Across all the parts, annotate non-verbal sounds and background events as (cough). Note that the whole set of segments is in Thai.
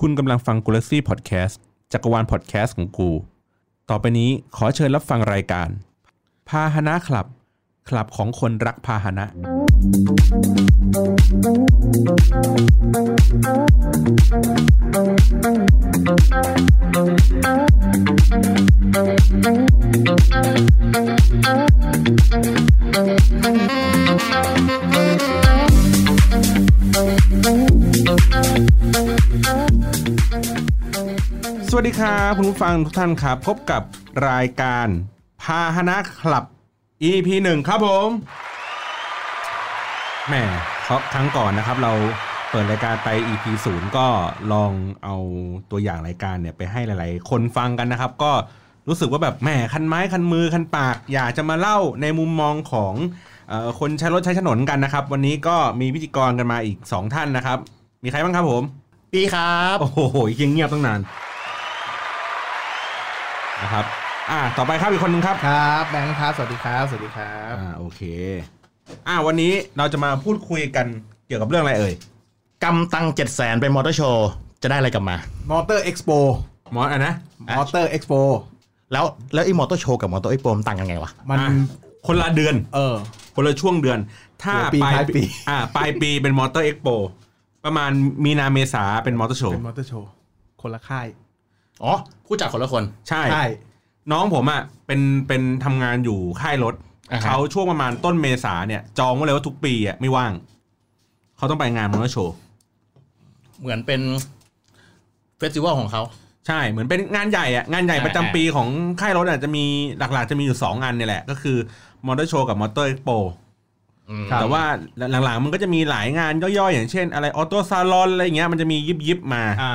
คุณกำลังฟังกูลซี่พอดแคสต์จักรวาลพอดแคสต์ของกู ต่อไปนี้ขอเชิญรับฟังรายการ พาหนะคลับ คลับของคนรักพาหนะ สวัสดีครับคุณผู้ฟังทุกท่านครับ พบกับรายการพาหนะคลับ EP หนึ่งครับผมแหมครับครั้งก่อนนะครับ เราเปิดรายการไป EP ศูนย์ก็ลองเอาตัวอย่างรายการเนี่ยไปให้หลาย ๆ คนฟังกันนะครับ ก็รู้สึกว่าแบบแหมคันไม้คันมือคันปาก อยากจะมาเล่าในมุมมองของเออคนใช้รถใช้ถนนกันนะครับ วันนี้ก็มีพิธีกรกันมาอีกสองท่านนะครับ มีใครบ้างครับผม ปีครับ โอ้โหยังเงียบตั้งนานนะครับ อ่า ต่อไปครับอีกคนนึงครับ ครับแบงค์ครับ สวัสดีครับ สวัสดีครับ อ่า โอเค อ่า วันนี้เราจะมาพูดคุยกันเกี่ยวกับเรื่องอะไรเอ่ย กำตังเจ็ดแสนไปมอเตอร์โชว์จะได้อะไรกลับมา มอเตอร์เอ็กซ์โป หมออ่ะนะ มอเตอร์เอ็กซ์โป แล้วแล้วไอ้มอเตอร์โชว์กับมอเตอร์ไอ้โปมนต่างกันไงวะ มัน อ่ะ คนละเดือน เออ คนละช่วงเดือน ถ้า หัวปีท้ายปี อ่า ปลายปีเป็นมอเตอร์เอ็กโป ประมาณมีนาเมษาเป็นมอเตอร์โช เป็ ว์ นมอเตอร์โชว์คนละค่าย อ๋อผู้จัดคนละคน ใช่ ใช่ น้องผมอ่ะ เป็น เป็นทำงานอยู่ค่ายรถ อ่าฮะ เขาช่วงประมาณต้นเมษาเนี่ย จองไว้เลยว่าทุกปีอ่ะไม่ว่าง เขาต้องไปงานมอเตอร์โชว์ เหมือนเป็นเฟสติวัลของเขา ใช่ เหมือนเป็นงานใหญ่อะงานใหญ่ อ่า ประจำปีของค่ายรถอะจะมีหลักๆ จะมีอยู่ 2 งานเนี่ยแหละ ก็คือมอเตอร์โชว์กับมอเตอร์เอ็กโป อืม ครับ แต่ว่าหลังๆ มันก็จะมีหลายงานย่อยๆ อย่างเช่น อะไรออโต้ซาลอนอะไรอย่างเงี้ยมันจะมียิบยิบๆมา อ่า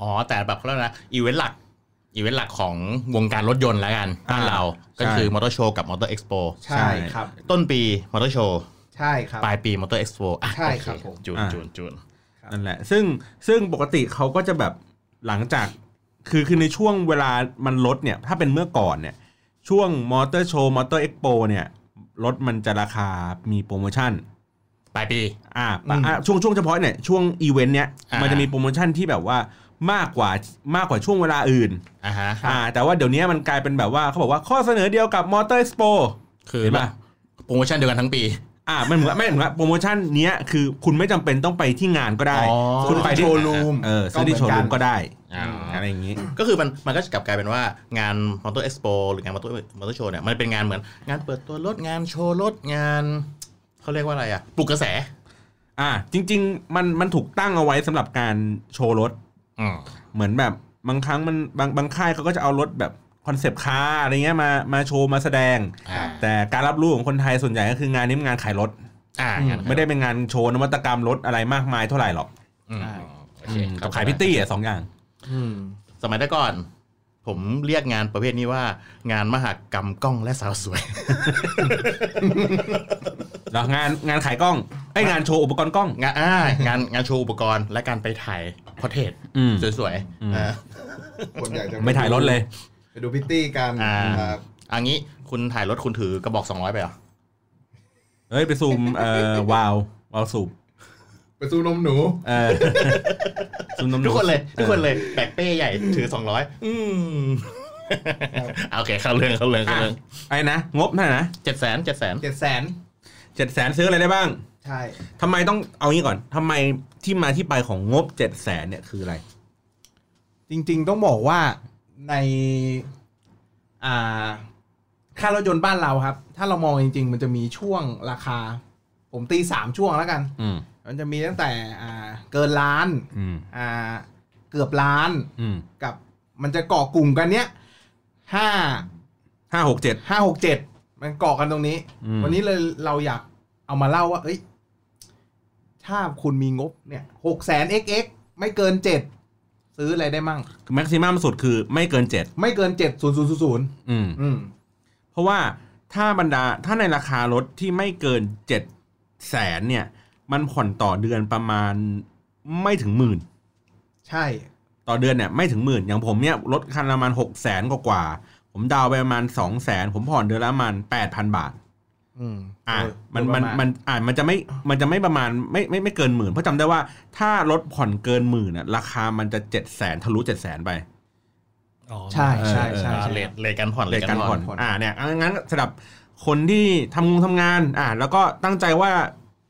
อ๋อ แต่แบบเขาเรียกนะอีเวนต์หลัก อีเวนต์หลักของวงการรถยนต์แล้วกันบ้าน อ่า เรา ก็ ใช่ คือมอเตอร์โชว์กับมอเตอร์เอ็กซ์โป ใช่ครับ ต้นปีมอเตอร์โชว์ ใช่ครับ ปลายปีมอเตอร์เอ็กซ์โปอ่ะ ใช่ โอเ ครับผม จูน อ่า จูนจูน นั่นแหละ ซึ่งซึ่งปกติเขาก็จะแบบหลังจาก คือคือในช่วงเวลามันลดเนี่ย ถ้าเป็นเมื่อก่อนเนี่ย ช่วงมอเตอร์โชว์มอเตอร์เอ็กโปเนี่ยรถมันจะราคามีโปรโมชั่น ปลายปี อ่า อืม อ่ะช่วงช่วงเฉพาะเนี่ยช่วงอีเวนต์เนี้ย อ่ามั มันจะมีโปรโมชั่นที่แบบว่ามากกว่ามากกว่าช่วงเวลาอื่น อ่ะฮะ อ่าแต่ว่าเดี๋ยวนี้มันกลายเป็นแบบว่าเขาบอกว่าข้อเสนอเดียวกับมอเตอร์ p อ คือ เห็นป่ะ โปรโมชั่นเดียวกันทั้งปี อ่ามันเหมือนไม่เหมือนว่าโปรโมชั่นเนี้ยคือคุณไม่จำเป็นต้องไปที่งานก็ได้ อ๋อ คุณไปที่ โชว์รูม เออซื้อที่โชว์รูมก็ได้ อ่า อะไรอย่างนี้ ก็คือมันมันก็จะกลับกลายเป็นว่างานมอเตอร์เอ็กซ์โปหรืองานมอเตอร์มอเตอร์โชว์เนี่ยมันเป็นงานเหมือนงานเปิดตัวรถงานโชว์รถงานเขาเรียกว่าอะไรอ่ะปลุกกระแส อ่าจริง ๆ มันมันถูกตั้งเอาไว้สำหรับการโชว์รถ อืม เหมือนแบบบางครั้งมันบางบางค่ายเขาก็จะเอารถแบบคอนเซปต์คาร์อะไรเงี้ยมามาโชว์มาแสดง อ่า แต่การรับรู้ของคนไทยส่วนใหญ่ก็คืองานนี้เป็นงานขายรถ อ่า อืม งาน ไม่ได้เป็นงานโชว์นวัตกรรมรถอะไรมากมายเท่าไหร่หรอก อืมโอเค อืม ครั กับขายพิตตี้อ่ะสองอย่าง อืม สมัยแต่ก่อน ผมเรียกงานประเภทนี้ว่า งานมหกรรมกล้องและสาวสวย (laughs) แล้วงานงานขายกล้องไอยงานโชว์อุปกรณ์กล้อง งานอ่างานงานโชว์อุปกรณ์และการไปถ่ายพอเทส อืม สวย อืม ๆอ่า คนอยากจะ ไม่ถ่ายรถเลย ไปดูพิตตี้กัน อ่า ครับ อันนี้คุณถ่ายรถคุณถือกระบอก 200 ไปเหรอ เฮ้ย ไปซูมเอ่อวาววาวสูบ ไปสู้นมหนู เออ (laughs) ซูมำห ทุกคนเลย ทุกคนเลยแบกเป้ใหญ่ถือ 200 อืมโอเคเข้าเรื่องเข้าเรื่องเข้า อ่ะ เรื่อง ไอ้นะ งบเท่าไหร่นะ จ็ดแสนเจ็ดแสน เจ็ดแสน เจ็ดแสนซื้ออะไรได้บ้าง ใช่ ทำไมต้องเอางี้ก่อนทำไมที่มาที่ไปของงบเจ็ดแสนเนี่ยคืออะไร จริง ๆ ต้องบอกว่าใน อ่า ค่ารถยนต์บ้านเราครับ ถ้าเรามองจริง ๆ มันจะมีช่วงราคา ผมตีสามช่วงแล้วกัน อืม มันจะมีตั้งแต่อ่าเกินล้าน อืม อ่า เกือบล้าน อืม กับมันจะเกาะกลุ่มกันเนี้ยห้า ห้าหกเจ็ด ห้าหกเจ็ดมันเกาะกันตรงนี้ อืม วันนี้เลยเราอยากเอามาเล่าว่า เอ้ย ถ้าคุณมีงบเนี่ยหกแสน xx ไม่เกินเจ็ดซื้ออะไรได้มั่ง แม็กซิมัมสุดคือไม่เกินเจ็ด ไม่เกินเจ็ดศูนย์ศูนย์ศูนย์ อืม อืม เพราะว่าถ้าบรรดาถ้าในราคารถที่ไม่เกินเจ็ดแสนเนี่ย มันผ่อนต่อเดือนประมาณไม่ถึงหมื่น ใช่ ต่อเดือนเนี่ยไม่ถึงหมื่นอย่างผมเนี่ยรถคันละประมาณหกแสนกว่าๆผมดาวน์ไปประมาณสองแสนผมผ่อนเดือนละประมาณแปดพันบาท อืม อ่ะ โดย มัน โดย มัน ประาณ มันอ่ะมันจะไม่มันจะไม่ประมาณไม่ไม่ไม่เกินหมื่นเพราะจำได้ว่าถ้ารถผ่อนเกินหมื่นน่ะราคามันจะเจ็ดแสนทะลุเจ็ดแสนไป ใช่ใช่ใช่ อ่า ใช่ เลทเลทการผ่อน เลทการผ่อน ผ่อน อ่าเนี่ยงั้นสำหรับคนที่ทำงงทำงานอ่าแล้วก็ตั้งใจว่า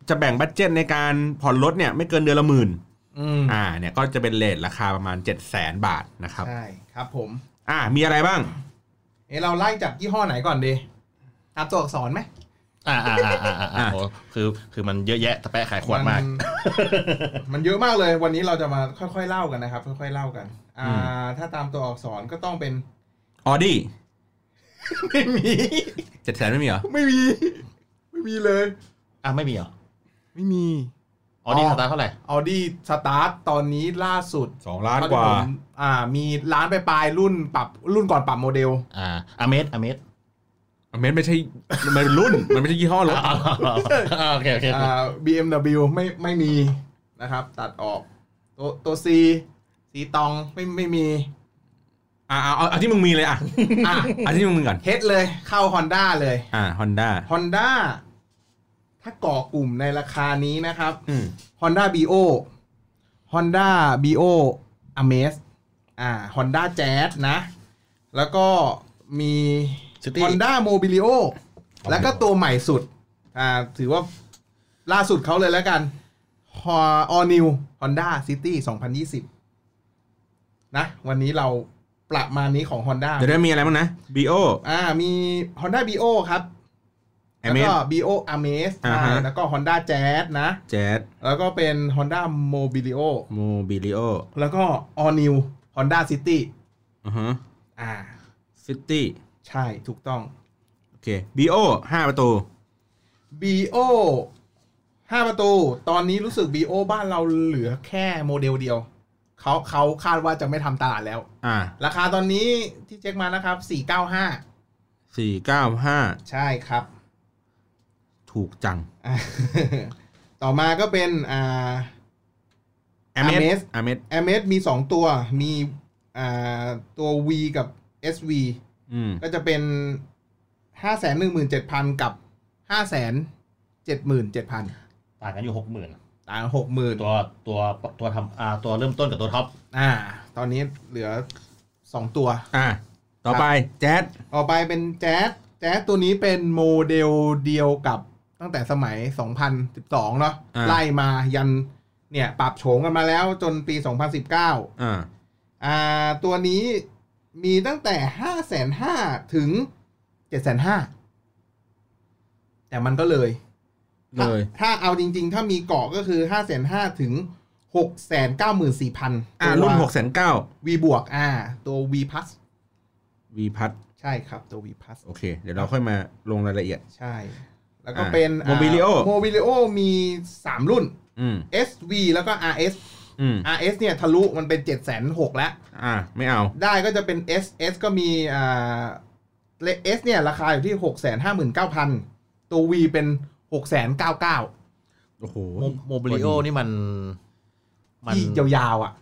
จะแบ่งบัตเจ็ตในการผ่อนรถเนี่ยไม่เกินเดือนละหมื่น อืม อ่าเนี่ยก็จะเป็นเลทราคาประมาณ 7 0 0 0 0 0 บาทนะครับ ใช่ ครับผม อ่ามีอะไรบ้าง เอะเราไล่จากยี่ห้อไหนก่อนดีตามตัวอักษรไหม อ่าอ่าอ่าอ่าอ่าอ่าโอ้คือคือมันเยอะแยะตะแปะขายขวดมาก มันเยอะม (laughs) ากเลยวันนี้เราจะมาค่อยๆเล่ากันนะครับ ค่อยๆเล่ากัน อื อ่า ม ถ้าตามตัวอักษรก็ต้องเป็น (laughs) ออดี้ ไม่มี เจ็ดแสนไม่มีเหรอ ไม่มี ไม่มีเลย อ่ะไม่มีเหรอ ไม่มี อ๋อนี่ อ๋อ สตาร์ทเท่าไหร่ ออดี้สตาร์ทตอนนี้ล่าสุด สองล้าน เท่ที่ กว่า ผมอ่า มีร้านไปปลายๆรุ่นปรับรุ่นก่อนปรับโมเดล อ่าอเมสอเมส เมนไม่ใช่มันเป็นรุ่น มันไม่ใช่ยี่ห้อรถ โอเคโอเค อ่า BMW ไม่ไม่มีนะครับ ตัดออก ตัวตัว C สีตองไม่ไม่มี อ่าเอาเอาเอาที่มึงมีเลยอ่ะ อ่ะ (laughs) เอาที่มึงมีก่อน เฮดเลยเข้า Honda เลย อ่าฮอนด้า Honda ถ้าก่อกลุ่มในราคานี้นะครับ อืม Honda BO Honda BO Amaze อ่า Honda Jazz นะ แล้วก็มี ซิตี้ Honda Mobilio แล้วก็ตัวใหม่สุด อ่า ถือว่าล่าสุดเขาเลยแล้วกัน Ho- All New Honda City 2020 นะ วันนี้เราประมาณนี้ของ Honda เดี๋ยวได้มีอะไรบ้างนะ BO อ่า มี Honda BO ครับ แล้วก็ Amaze BO Amaze อ่า ใช่ ฮะ แล้วก็ Honda Jazz นะ Jazz แล้วก็เป็น Honda Mobilio Mobilio แล้วก็ All New Honda City อือฮะ อ่า City ใช่ถูกต้อง โอเค BO ห้าประตู BO ห้าประตู ตอนนี้รู้สึก BO บ้านเราเหลือแค่โมเดลเดียว เขาเขาคาดว่าจะไม่ทำตลาดแล้ว อ่า ราคาตอนนี้ที่เช็คมานะครับ 495 สี่เก้าห้า ใช่ครับ (laughs) ถูกจัง อ่ะ ต่อมาก็เป็นอ่า แอเมส Ames แอเมส a m ม z มี 2 ตัว มีอ่าตัว V กับ SV อืม ก็จะเป็น 517,000 กับ 577,000 ต่างกันอยู่หกหมื่น ต่างหกหมื่น ตัวตัวตัวทำอ่าตัวเริ่มต้นกับตัวท็อป อ่า ตอนนี้เหลือสองตัว อ่า ต่อไปแจ๊ด ต่อไปเป็นแจ๊สแจ๊สตัวนี้เป็นโมเดลเดียวกับตั้งแต่สมัย 2012 เนาะ า ไล่มายันเนี่ยปรับโฉมกันมาแล้วจนปี 2019 อ่า อ่า ตัวนี้มีตั้งแต่ 5,500ถึง 7,500แต่มันก็เลย เลย ถ้าเอาจริงๆ ถ้ามีเกาะก็คือ 5,500ถึง 694,000 อ่า รุ่นหกแสนเก้า V บวกอ่า ตัว V plus วีพัท ใช่ครับ ตัว V plus โอเค เดี๋ยวเราค่อยมาลงรายละเอียด ใช่ แล้วก็ อ่า เป็น Mobilio โมบิลิโอมี 3 รุ่น อืม SV แล้วก็ RS อืม RS เนี่ยทะลุมันเป็น 7 6 0 0 0แล้ว อ่า ไม่เอา ได้ก็จะเป็น SS ก็มีอ่าเล S เนี่ย ราคาอยู่ที่ 659,000 ตัว V เป็น 699,000 โอ้โห โมบิลิโอนี่มันมัน ที่ยาวๆอ่ะ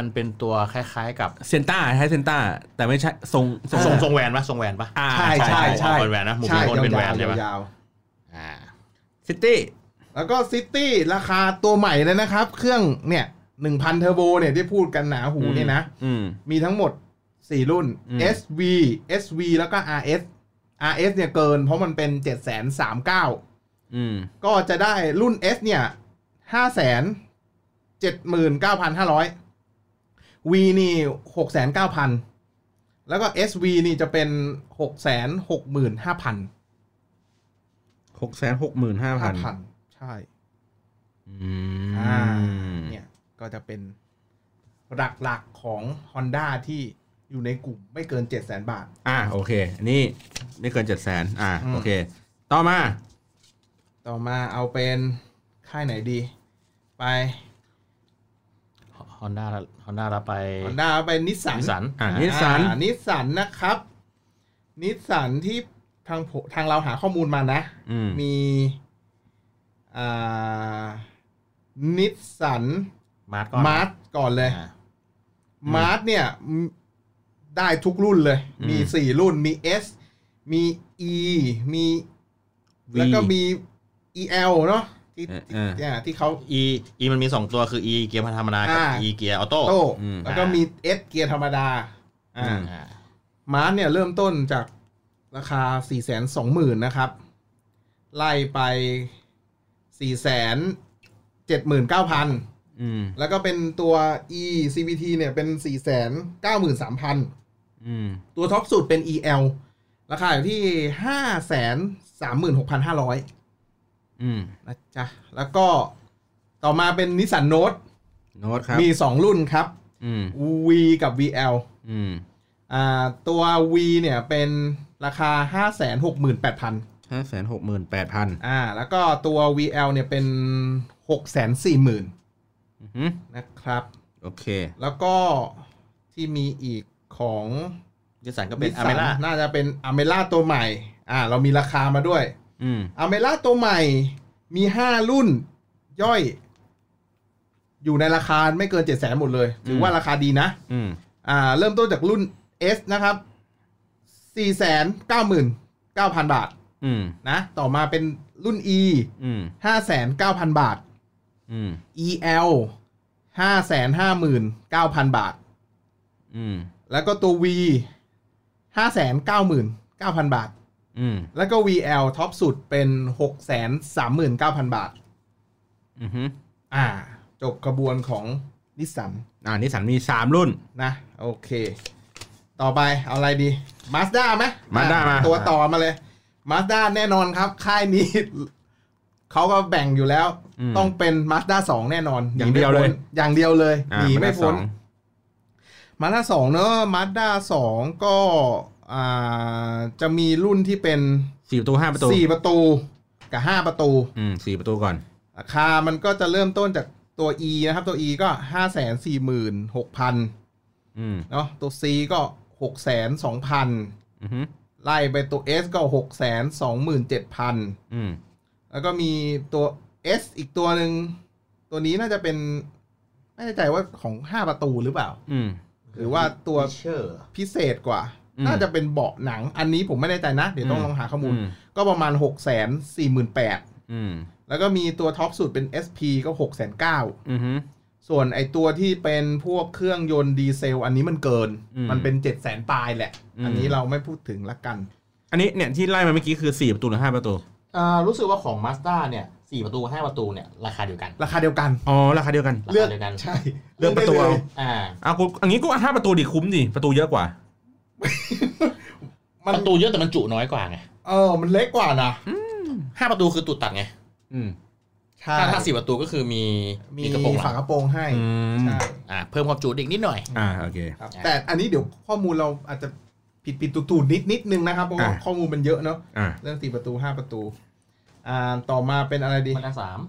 มันเป็นตัวคล้ายๆกับ เซนต้าใช้เซนต้าแต่ไม่ใช่ทรงทรง ทรงทรงแวนปะทรงแวนปะ อ่า ใช่ใช่ใช่ เป็นแวนนะโมบิ ใช่ ลิโอเป็นแวย าน ใช่ ว ปะ ๆยาวๆ อ่า ซิตี้ แล้วก็ซิตี้ราคาตัวใหม่เลยนะครับ เครื่องเนี่ยหนึ่งพันเทอร์โบเนี่ยที่พูดกันหนาหูเนี่ยนะ อืม มีทั้งหมด 4 รุ่น อืม SV SV แล้วก็ RS RS เนี่ยเกินเพราะมันเป็น 7 3 9 อืม ก็จะได้รุ่น S เนี่ย 5 7 9 5 0 0 V นี่ 6 9 0 0 0 แล้วก็ SV นี่จะเป็น 6 6 5 0 0 0 หกแสนหกหมื่นห้าพัน 5,000 ใช่ อื อ่าม เนี่ยก็จะเป็นหลักๆของ Honda ที่อยู่ในกลุ่มไม่เกิน 7 0 0 0 0 0 บาท อ่า โอเค อันนี้ไม่เกินเจ็ดแสนอ่า อืม โอเค ต่อมา ต่อมาเอาเป็นค่ายไหนดี ไป ฮอนด้าฮอนด้ารับไป Honda ไปนิสสัน Nissan อ่า อ่า นิสสัน นิสสันนะครับ นิสสันที่ทางผมทางเราหาข้อมูลมานะ อืม มีอ่านิสสัน มาร์ทก่อน มาร์ทก่อนเลย อ่า มาร์ทเนี่ยมได้ทุกรุ่นเลย อืม มี 4 รุ่นมี S มี E มี V แล้วก็มี EL เนาะที่ เอที่อเออ เนี่ยที่เขา E E มันมีสองตัวคือ E เกียร์ธรรมดากับ อ่า E เกียร์ออโต้ โต้ อืม แล้วก็มี S เกียร์ธรรมดาอ่า อืม อ่า มา มาร์ทเนี่ยเริ่มต้นจากราคา 4 2 0 0 0 0 นะครับ ไล่ไป 4 7 9 0 0 0 อืม แล้วก็เป็นตัว e cbt เนี่ยเป็น 4 9 3 0 0 0 อืม ตัวท็อปสุดเป็น el ราคาอยู่ที่ 5 3 6 5 0 0 อืม นะจ๊ะ แล้วก็ต่อมาเป็นนิสสันโนต โน้ตครับ มี 2 รุ่นครับ อืม v กับ vl อืม อ่าตัว v เนี่ยเป็นราคา 5 6 8 0 0 0 ห้าแสนหกหมื่นแปดพัน อ่าแล้วก็ตัว VL เนี่ยเป็น 6 4 0 0 0 0นะครับ โอเค แล้วก็ที่มีอีกของ ดิสันก็เป็นอเมล่า น่าจะเป็นอเมล่าตัวใหม่อ่าเรามีราคามาด้วย อืม อเมล่าตัวใหม่มี 5 รุ่นย่อย อยู่ในราคาไม่เกิน 7 0 0 0 0หมดเลย ถือว่าราคาดีนะ อืม อ่าเริ่มต้นจากรุ่น S นะครับ 4 9 9 0 0 0 บาท อืม นะต่อมาเป็นรุ่น E อืม 59,000 บาท อืม EL ห้าแสนห้าหมื่นเก้าพันบาท อืม แล้วก็ตัว V ห้าแสนเก้าหมื่นเก้าพันบาท อืม แล้วก็ VL ท็อปสุดเป็นหกแสนสามหมื่นเก้าพันบาท อือฮึ อ่า จบกระบวนของนิสสัน อ่านิสสันมีสามรุ่น นะ โอเค ต่อไปเอาอะไรดีมาสด้าไหม Mazda มา ตัวต่อมาเลยมาสด้าแน่นอนครับ ค่ายนี้ (laughs) เขาก็แบ่งอยู่แล้ว อืม ต้องเป็นมาสด้าสองแน่นอน อย่างเดียวเลย หนีไม่พ้นอย่างเดียวเลย อ่า หนีไม่พ้น าสอง มาด้าสองเนอะมาด้าสองก็อ่าจะมีรุ่นที่เป็น สี่ประตูห้าประตู สี่ประตูกับห้าประตู อืมสี่ประตูก่อน ราคามันก็จะเริ่มต้นจากตัว E นะครับ ตัว E ก็ห้าแสนสี่หมื่นหกพัน อืม เนาะตัว C ก็หกแสนสองพัน อือฮึ ไล่ไปตัว S ก็หกแสนสองหมื่นเจ็ดพัน อืม แล้วก็มีตัว S อีกตัวหนึ่งตัวนี้น่าจะเป็น ไม่แน่ใจว่าของห้าประตูหรือเปล่า อืม หรือว่าตัว เชอร์ พิเศษกว่า อืม น่าจะเป็นเบาะหนัง อันนี้ผมไม่แน่ใจนะ เดี๋ยวต้อง อืม ลองหาข้อมูล อืม ก็ประมาณ 6 4 8 0 0 อืม 0 แล้วก็มีตัวท็อปสุดเป็น SP ก็ 6 9 0 0 อือฮึ 0 ส่วนไอตัวที่เป็นพวกเครื่องยนต์ดีเซล อันนี้มันเกิน อืม มันเป็น 7 0 0 0 0 0ปลายแหละ อืม อันนี้เราไม่พูดถึงละกัน อันนี้เนี่ยที่ไล่มาเมื่อกี้คือสี่ประตูหรือห้าประตู รู้สึกว่าของมาสด้าเนี่ยสี่ประตูห้าประตูเนี่ยราคาเดียวกัน ราคาเดียวกัน อ๋อ ราคาเดียวกัน รา เลือ คาก เดียวกัน ใช่ เลือกประตูเอา อ่า อ่ะกูอันนี้กูว่าห้าประตูดิคุ้มดิประตูเยอะกว่า มัน ประตูเยอะแต่มันจุน้อยกว่าไง เออ มันเล็กกว่านะ ห้าประตูคือตูดตัดไง อืม ใช่ ถ้าถ้าสี่ประตูก็คือมี มี มีกระโปรงห ฝา ลัง กระโปรงให้ อืม ใช่ อ่าเพิ่มความจุอีกนิดหน่อย อ่าโอเค ครับแต่อันนี้เดี๋ยวข้อมูลเราอาจจะผิดผิดๆตูดๆนิดนิดๆนึงนะครับเพราะว่า อ่า ข้อมูลมันเยอะเนาะ อ่า เรื่องสี่ประตูห้าประตู อ่า ต่อมาเป็นอะไรดี มันได้สาม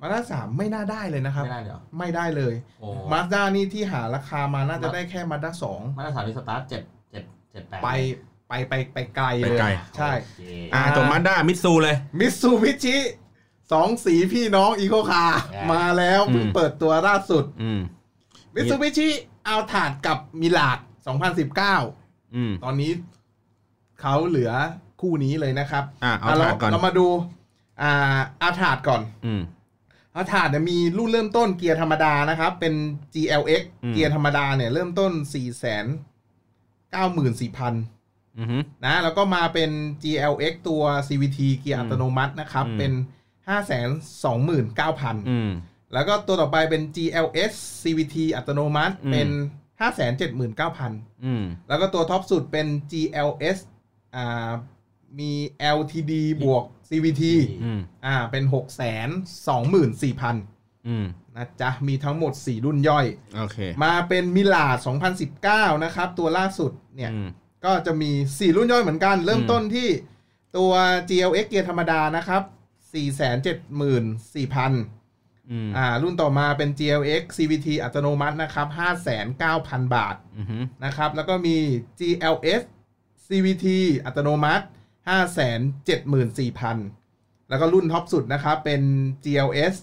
มาด้าสามไม่น่าได้เลยนะครับ ไม่ได้เลยเหรอ ไม่ได้เลย โอ้ มาด้านี่ที่หาราคามาน่าจะได้แค่มาด้าสอง มันได้สามมีสตาร์ทเจ็ดเจ็ดเจ็ดแปด ไปไปไปไปไกลเลย ไกล ใช่ โอเค อ่าจบมาด้ามิตซูเลย มิตซูบิชิสองสีพี่น้องอีโคคาร์ ะ มาแล้ว อืม เพิ่งเปิดตัวล่าสุด อืม มิตซูบิชิเอาถาดกับมิลาด2019 อืม ตอนนี้เขาเหลือคู่นี้เลยนะครับ อ่ะเอา ะเรา ถาดก่อน เรามาดู อ่าเอาถาดก่อน อืม อาถาดเนี่ยมีรุ่นเริ่มต้นเกียร์ธรรมดานะครับ เป็น GLX อืม เกียร์ธรรมดาเนี่ยเริ่มต้น 4 9 4 0 0 0 อือฮึ นะแล้วก็มาเป็น GLX ตัว CVT เกียร์อัตโนมัตินะครับ อืม เป็น 5 2 9 0 0 อืม 0 แล้วก็ตัวต่อไปเป็น GLS CVT อัตโนมัติ อืม เป็น 5 7 9 0 0 0 อืม แล้วก็ตัวท็อปสุดเป็น GLS อ่ามี LTD บวก CVT อืม อ่าเป็น 6 2 4 0 0 0 อืม นะจ๊ะ มีทั้งหมด 4 รุ่นย่อย โอเค มาเป็นมิลา2019 นะครับ ตัวล่าสุดเนี่ย อืม ก็จะมี 4 รุ่นย่อยเหมือนกัน เริ่ม อืม ต้นที่ตัว GLX เกียร์ธรรมดานะครับ 474,400 อืม อ่า รุ่นต่อมาเป็น GLX CVT อัตโนมัตินะครับ 59,000 บาท อือฮึ นะครับ แล้วก็มี GLS CVT อัตโนมัติ 574,400 แล้วก็รุ่นท็อปสุดนะครับ เป็น GLS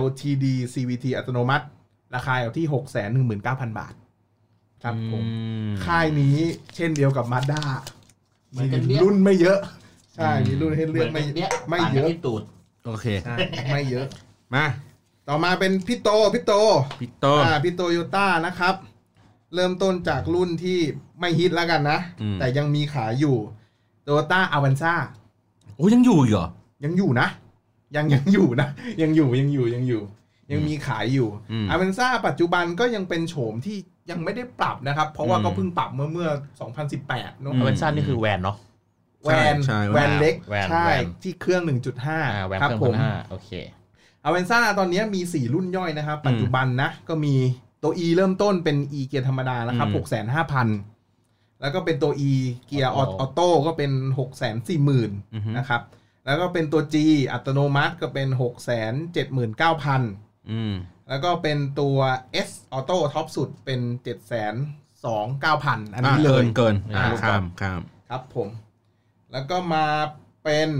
LTD CVT อัตโนมัติ ราคาอยู่ที่ 619,000 บาท ครับผม อืม ค่ายนี้เช่นเดียวกับมาด้า เหมือนกันเนี่ย รุ่นไม่เยอะ ใช่มีรุ่นให้เลือกไม่ หนนี้ ไม่เยต่างกัอะบที่ตูด โอเค ใช่ไม่เยอะ มา ต่อมาเป็นพี่โตพี่โต พี่โต อ่าพี่โตโยต้านะครับ เริ่มต้นจากรุ่นที่ไม่ฮิตแล้วกันนะ อืม แต่ยังมีขายอยู่โตโยต้าอ v วันซ่า โอ้ยังอยู่อีกเหรอ ยังอยู่นะ ยังยังอยู่นะ ยังอยู่ยังอยู่ยังอยู่ ยังมีขายอยู่ อืม อ v วันซ่าปัจจุบันก็ยังเป็นโฉมที่ยังไม่ได้ปรับนะครับ เพราะว่า อืม ก็เพิ่งปรับเมื่อเมื่อ 2018เนอะ อืม เวนซันนี่คือแวนเนาะ แวน ใช่ใช่ แวนเล็ก แวน ใช่ แวน ที่เครื่อง อ่าแวน 1.5 ครั เครื่อง ผ พั ม นห้าโอเค อเวนซ่าตอนนี้มี 4 รุ่นย่อยนะครับ ปัจจุบันนะ ก็มีตัว E เริ่มต้นเป็น E เกียร์ธรรมดานะครับ อืม 65,000 แล้วก็เป็นตัว E เกียร์อ ออโต้ อโต้ก็เป็น 640,000 อือฮึ นะครับ แล้วก็เป็นตัว G อัตโนมัติก็เป็น 679,000 อืม แล้วก็เป็นตัว S ออโต้ท็อปสุดเป็น 729,000 อันนี้เลย ะเกิน อ่า เกินข้ามข้าม ครับผม แล้วก็มาเป็น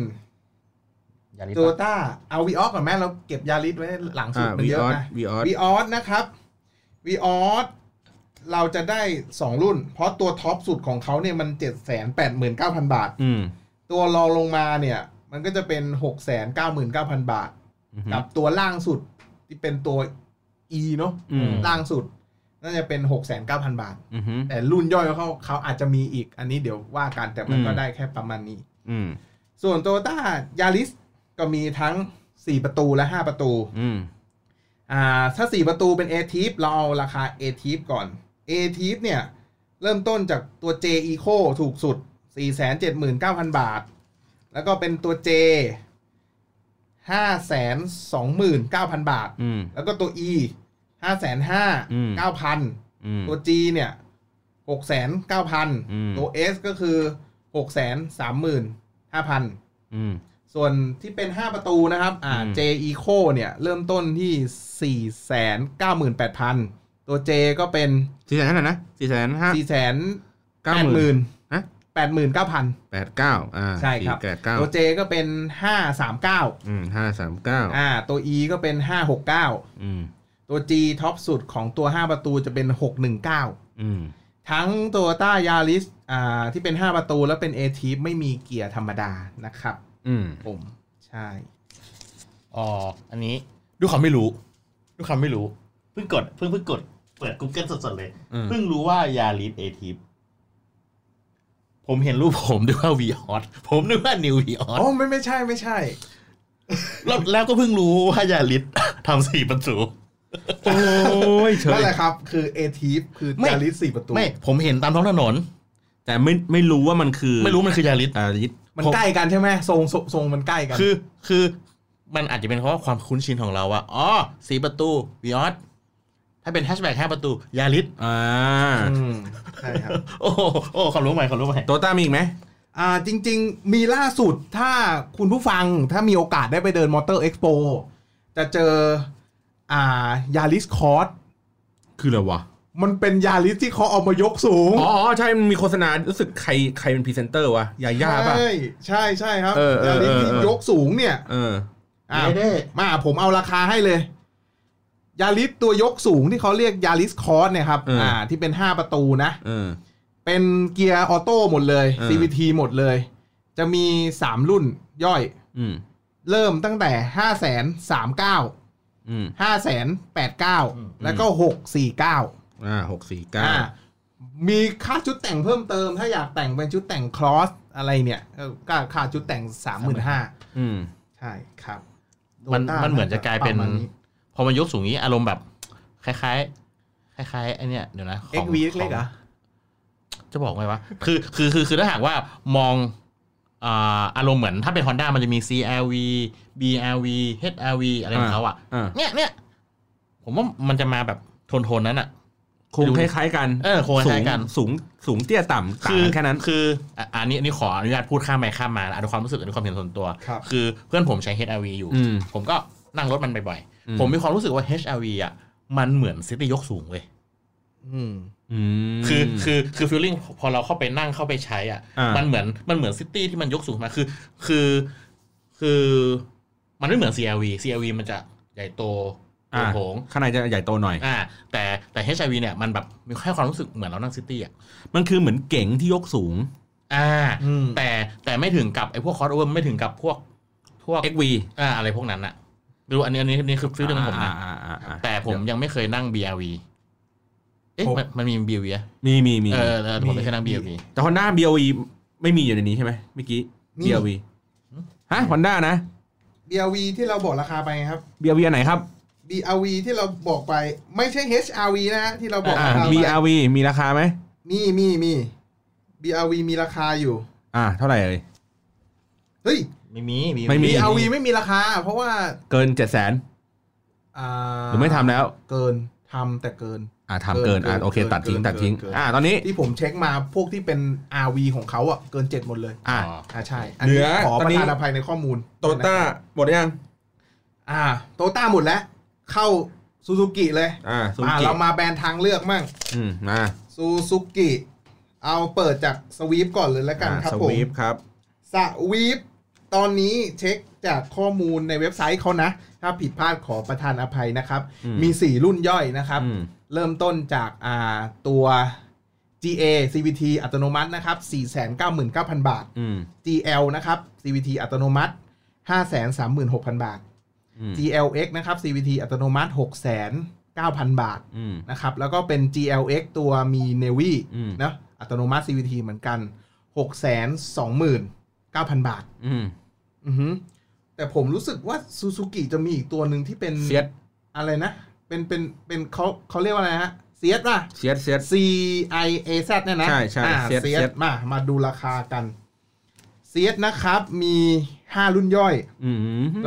ยาลิ โตโยต้าเอาวีออสก่อนแม่เราเก็บยาริสไว้หลังสุด อ่า มัน วี เย ออ อะ ส นะ วีออส วีออสนะครับวีออสเราจะได้ 2 รุ่น เพราะตัวท็อปสุดของเขาเนี่ยมัน 7 8 9 0 0 0 บาท อืม ตัวรองลงมาเนี่ย มันก็จะเป็น 6 9 9 0 0 0 บาท อือฮึ กับตัวล่างสุดที่เป็นตัว E เนาะ อืม ล่างสุด น่าจะเป็น 6 9 0 0 0 บาท อือฮึ แต่รุ่นย่อยเขาเขาอาจจะมีอีก อันนี้เดี๋ยวว่ากันแต่มันก็ อืม ได้แค่ประมาณนี้ อืม ส่วนโตโยต้ายาริสก็มีทั้ง 4 ประตูและ 5 ประตู อืม อ่า ถ้า 4 ประตูเป็น a t i p เราเอาราคา a t i p ก่อน a t i p เนี่ย เริ่มต้นจากตัว J Eco ถูกสุด 479,000 บาท แล้วก็เป็นตัว J 529,000 บาท อืม แล้วก็ตัว E อืม 559,000 อืม ตัว G เนี่ย ม 609,000 ตัว S ก็คือ 635,000 อืม ส่วนที่เป็น 5 ประตูนะครับ อ่า อืม J Eco เนี่ย เริ่มต้นที่ 498,000 ตัว J ก็เป็น สี่แสนเท่าไหร่นะสี่แสนห้า 4 8 9 เก้าหมื่น ฮะ 89,000 แปดเก้าอ่า ใช่ครับ แปดเก้า ตัว J ก็เป็น 539 อืมห้าสามเก้า อ่า ตัว E ก็เป็น 569 อืม ตัว G ท็อปสุดของตัว 5 ประตูจะเป็น 619 อืม ทั้งตัวต้ายาริสอ่า ที่เป็น 5 ประตูแล้วเป็น A t i p ไม่มีเกียร์ธรรมดานะครับ อืม ผม ใช่ อ๋ออันนี้ด้วยความไม่รู้ด้วยความไม่รู้เพิ่งกดเพิ่งเพิ่งกดเปิด Google สดๆเลย อืม เพิ่งรู้ว่ายาลิสเอทิปผมเห็นรูปผมด้วยว่าวีออสผมนึกว่านิววีออส อ๋อ ไม่ไม่ใช่ไม่ใช่ แล้วแล้วก็เพิ่งรู้ว่ายาลิส (laughs) ทำสี่ประตู โอ้ยเฉ นั่ ย นแหละครับ คือเอทีฟคือ ไม่ จาริสสี่ประตู ไม่ ผมเห็นตามท้องถนน แต่ไม่ไม่รู้ว่ามันคือ ไม่รู้มันคือยาลิส อ่ายึด มันใกล้กันใช่ไหมทรงทรงทรงมันใกล้กัน คือคือมันอาจจะเป็นเพราะว่าความคุ้นชินของเราอะอ๋อสี่ประตูวีออสถ้าเป็นแฮชแบ็กห้าประตูยาลิส อ่า อใช่ครับ โอ้โหโอ้ความรู้ใหม่ความรู้ใหม่ โตต้ามีอีกไหม อ่าจริง ๆ มีล่าสุดถ้าคุณผู้ฟังถ้ามีโอกาสได้ไปเดินมอเตอร์เอ็กซ์โปจะเจออ่ายาริสคอร์ส คืออะไรวะ มันเป็นยาริสที่เขาเอามายกสูง อ๋อใช่มันมีโฆษณา รู้สึกใครใครเป็นพรีเซนเตอร์วะ ยาย่าป่ะ ใช่ใช่ใช่ครับ เออเออย าริสที่ เออเออ ยกสูงเนี่ย เออ อ่า เด้เด้ มาผมเอาราคาให้เลย ยาริสตัวยกสูงที่เขาเรียกยาริสคอร์สเนี่ยครับ เอออ่ อ่าที่เป็น 5 ประตูนะ เออ เป็นเกียร์ออโต้หมดเลย เออ CVT หมดเลย จะมี 3 รุ่นย่อย อืม เริ่มตั้งแต่ 5 3 9 อืม 5 8 9 แล้วก็ 6 4 9 อ่าหกสี่เก้า อ่ามีค่าชุดแต่งเพิ่มเติม ถ้าอยากแต่งเป็นชุดแต่งคลอสอะไรเนี่ยเออก็ค่าชุดแต่ง 35,000 อืม ใช่ครับ มัน โดต้ มันเหมือนจะกลายเป็น ระมณ พอมันยกสูงนี้อารมณ์แบบ คล้ายๆ คล้ายๆไอเนี่ยเดี๋ยวนะของ XV เล็กๆเหรอ จะบอกไงวะ คือคือคือคือถ้าหากว่ามองอ่าอารมณ์เหมือนถ้าเป็น Honda มันจะมี CRV BRV HRV อะไรของเขาอ่ะ อ่า เนี่ยเนี่ยผมว่ามันจะมาแบบโทนๆนั้นอ่ะ คงคล้ายๆกัน เออคงคล้ายๆกัน สูงสูงสูงเตี้ยต่ำต่างกันแค่นั้น คืออ่ะอันนี้อันนี้ขออนุญาตพูดข้ามไปข้ามมานะอันนี้ความรู้สึกอันนี้ความเห็นส่วนตัว ครับ คือเพื่อนผมใช้ HRV อยู่ อืม ผมก็นั่งรถมันบ่อย อืม ๆ ผมมีความรู้สึกว่า HRV อ่ะมันเหมือนซิตี้ยกสูงเว้ย อืม อืม คือคือคือฟีลลิ่งพอเราเข้าไปนั่งเข้าไปใช้อ่ะ อ่ามั มันเหมือนมันเหมือนซิตี้ที่มันยกสูงมาคือคือคือมันไม่เหมือน CRV CRV มันจะใหญ่โต อ่า โถง ข้างในจะใหญ่โตหน่อย อ่าแต่แต่ HIV เนี่ยมันแบบมีแค่ความรู้สึกเหมือนเรานั่งซิตี้อ่ะ มันคือเหมือนเก๋งที่ยกสูง อ่า อืม แต่แต่ไม่ถึงกับไอ้พวกคอสโอเวอร์ไม่ถึงกับพวกพวก XV อ่าอะไรพวกนั้นอะไม่รู้อันนี้อันนี้อันนี้คือฟิลเรื่องของผมนะ อ่าอ่าอ่าอ่า แต่ผมยังไม่เคยนั่ง BRV เอ๊ะ ผม มันมันมี BRV อะ มีมีมี เออเออผมไม่เคยนั่ง BRV แต่ Honda BOE ไม่มีอยู่ในนี้ใช่ไหมเมื่อกี้ มี BOV ฮะ Honda นะ BRV ที่เราบอกราคาไปครับ BOV อันไหนครับ BRV ที่เราบอกไปไม่ใช่ HRV นะฮะที่เราบอก อ่า ราคาไป BRV มีราคาไหม มีมีมี BRV มีราคาอยู่ อ่า เท่าไหร่เอ่ย เฮ้ย ไม่มี BRV ไม่มี BRV ไม่มีราคา เพราะว่า เกิน 7 0 0 0 0น อ่า หรือไม่ทำแล้ว เกินทำแต่เกิน อ่าทำเกินอ่า เกิน โอเค เกิน ตัดทิ้ง เกิน ตัดทิ้ง เกิน อ่าตอนนี้ ที่ผมเช็คมาพวกที่เป็น RV ของเขาอ่ะเกินเจ็ดหมดเลย อ่า อ่าใช่ เหลือ ขอ ต ป อน ระ นี้ ทานอภัยในข้อมูลนะครับ หมดยัง อ่าโตต้าหมดแล้ว เข้าซูซูกิเลย อ่าซู อ่า กิ เรามาแบรนด์ทางเลือกมั่ง อืมมา ซูซูกิ เอาเปิดจากสวีปก่อนเลยแล้วกันครับ ส ผม วีปครับ สวีปตอนนี้เช็คจากข้อมูลในเว็บไซต์เขานะ ถ้าผิดพลาดขอประทานอภัยนะครับ อืม มี 4 รุ่นย่อยนะครับ อืม เริ่มต้นจากอ่าตัว GA CVT อัตโนมัตินะครับ 499,000 บาท อืม GL นะครับ CVT อัตโนมัติ 536,000 บาท อืม GLX นะครับ CVT อัตโนมัติ 609,000 บาท อืม นะครับ แล้วก็เป็น GLX ตัวมี Navy อืม นะอัตโนมัติ CVT เหมือนกัน 629,000 บาท อืม อือหือแต่ผมรู้สึกว่าซูซูกิจะมีอีกตัวหนึ่งที่เป็น เซียด อะไรนะ เป็นเป็นเป็นเขาเขาเรียกว่าอะไรฮะเซียสป่ะ เซียดเซียด C I A Z เนี่ยนะ ใช่ใช่ อ่า Seat Seat Seat มา มาดูราคากัน เซียสนะครับ มี 5 รุ่นย่อย อืม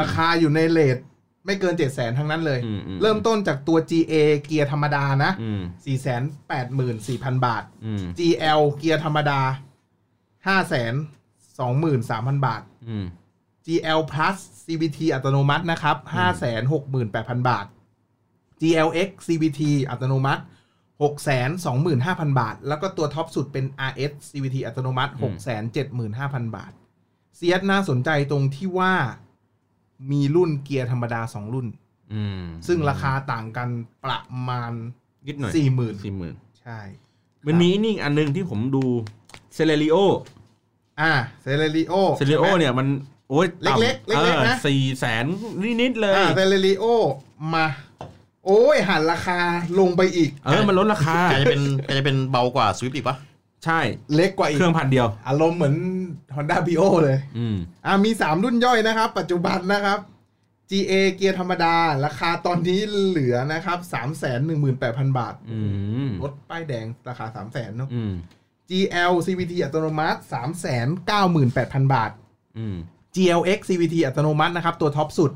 ราคาอยู่ในเลทไม่เกิน 7 0 0 0 0นทั้งนั้นเลย อือื เริ่มต้นจากตัว GA เกียร์ธรรมดานะ อืม 484,000 บาท อืม GL เกียร์ธรรมดา 523,000 บาท อืม GL Plus CVT อัตโนมัตินะครับ 568,000 บาท GLX CVT อัตโนมัติ 625,000 บาท แล้วก็ตัวท็อปสุดเป็น RS CVT อัตโนมัติ อืม 675,000 บาท เซียสน่าสนใจตรงที่ว่ามีรุ่นเกียร์ธรรมดา 2 รุ่น อืม ซึ่งราคาต่างกันประมาณ นิดหน่อย 40,000 สี่หมื่น ใช่ มันมีนี่อีกอันหนึงที่ผมดูเซเลริโอ อ่าเซเลริโอ เซเลริโอเนี่ยมัน โอ้ยต่ำ เล็กๆเล็กๆนะ ออสี่แสนนิดๆเลย อ่าเซเลริโอมา โอ้ยหันราคาลงไปอีก เออ มันลดราคา อาจ (laughs) จะเป็นอาจจะเป็นเบากว่าสวิปอีกปะ ใช่ เล็กกว่าอีก เครื่องพันเดียว อารมณ์เหมือน Honda b i o เลย อืม อ่ามี 3 รุ่นย่อยนะครับ ปัจจุบันนะครับ GA เกียร์ธรรมดา ราคาตอนนี้เหลือนะครับ 318,000 บาท อืม รถป้ายแดงราคา 300,000เนอะ อืม GL CVT อัตโนมัติ 398,000 บาท อืม GLX CVT อัตโนมัตินะครับ ตัวท็อปสุด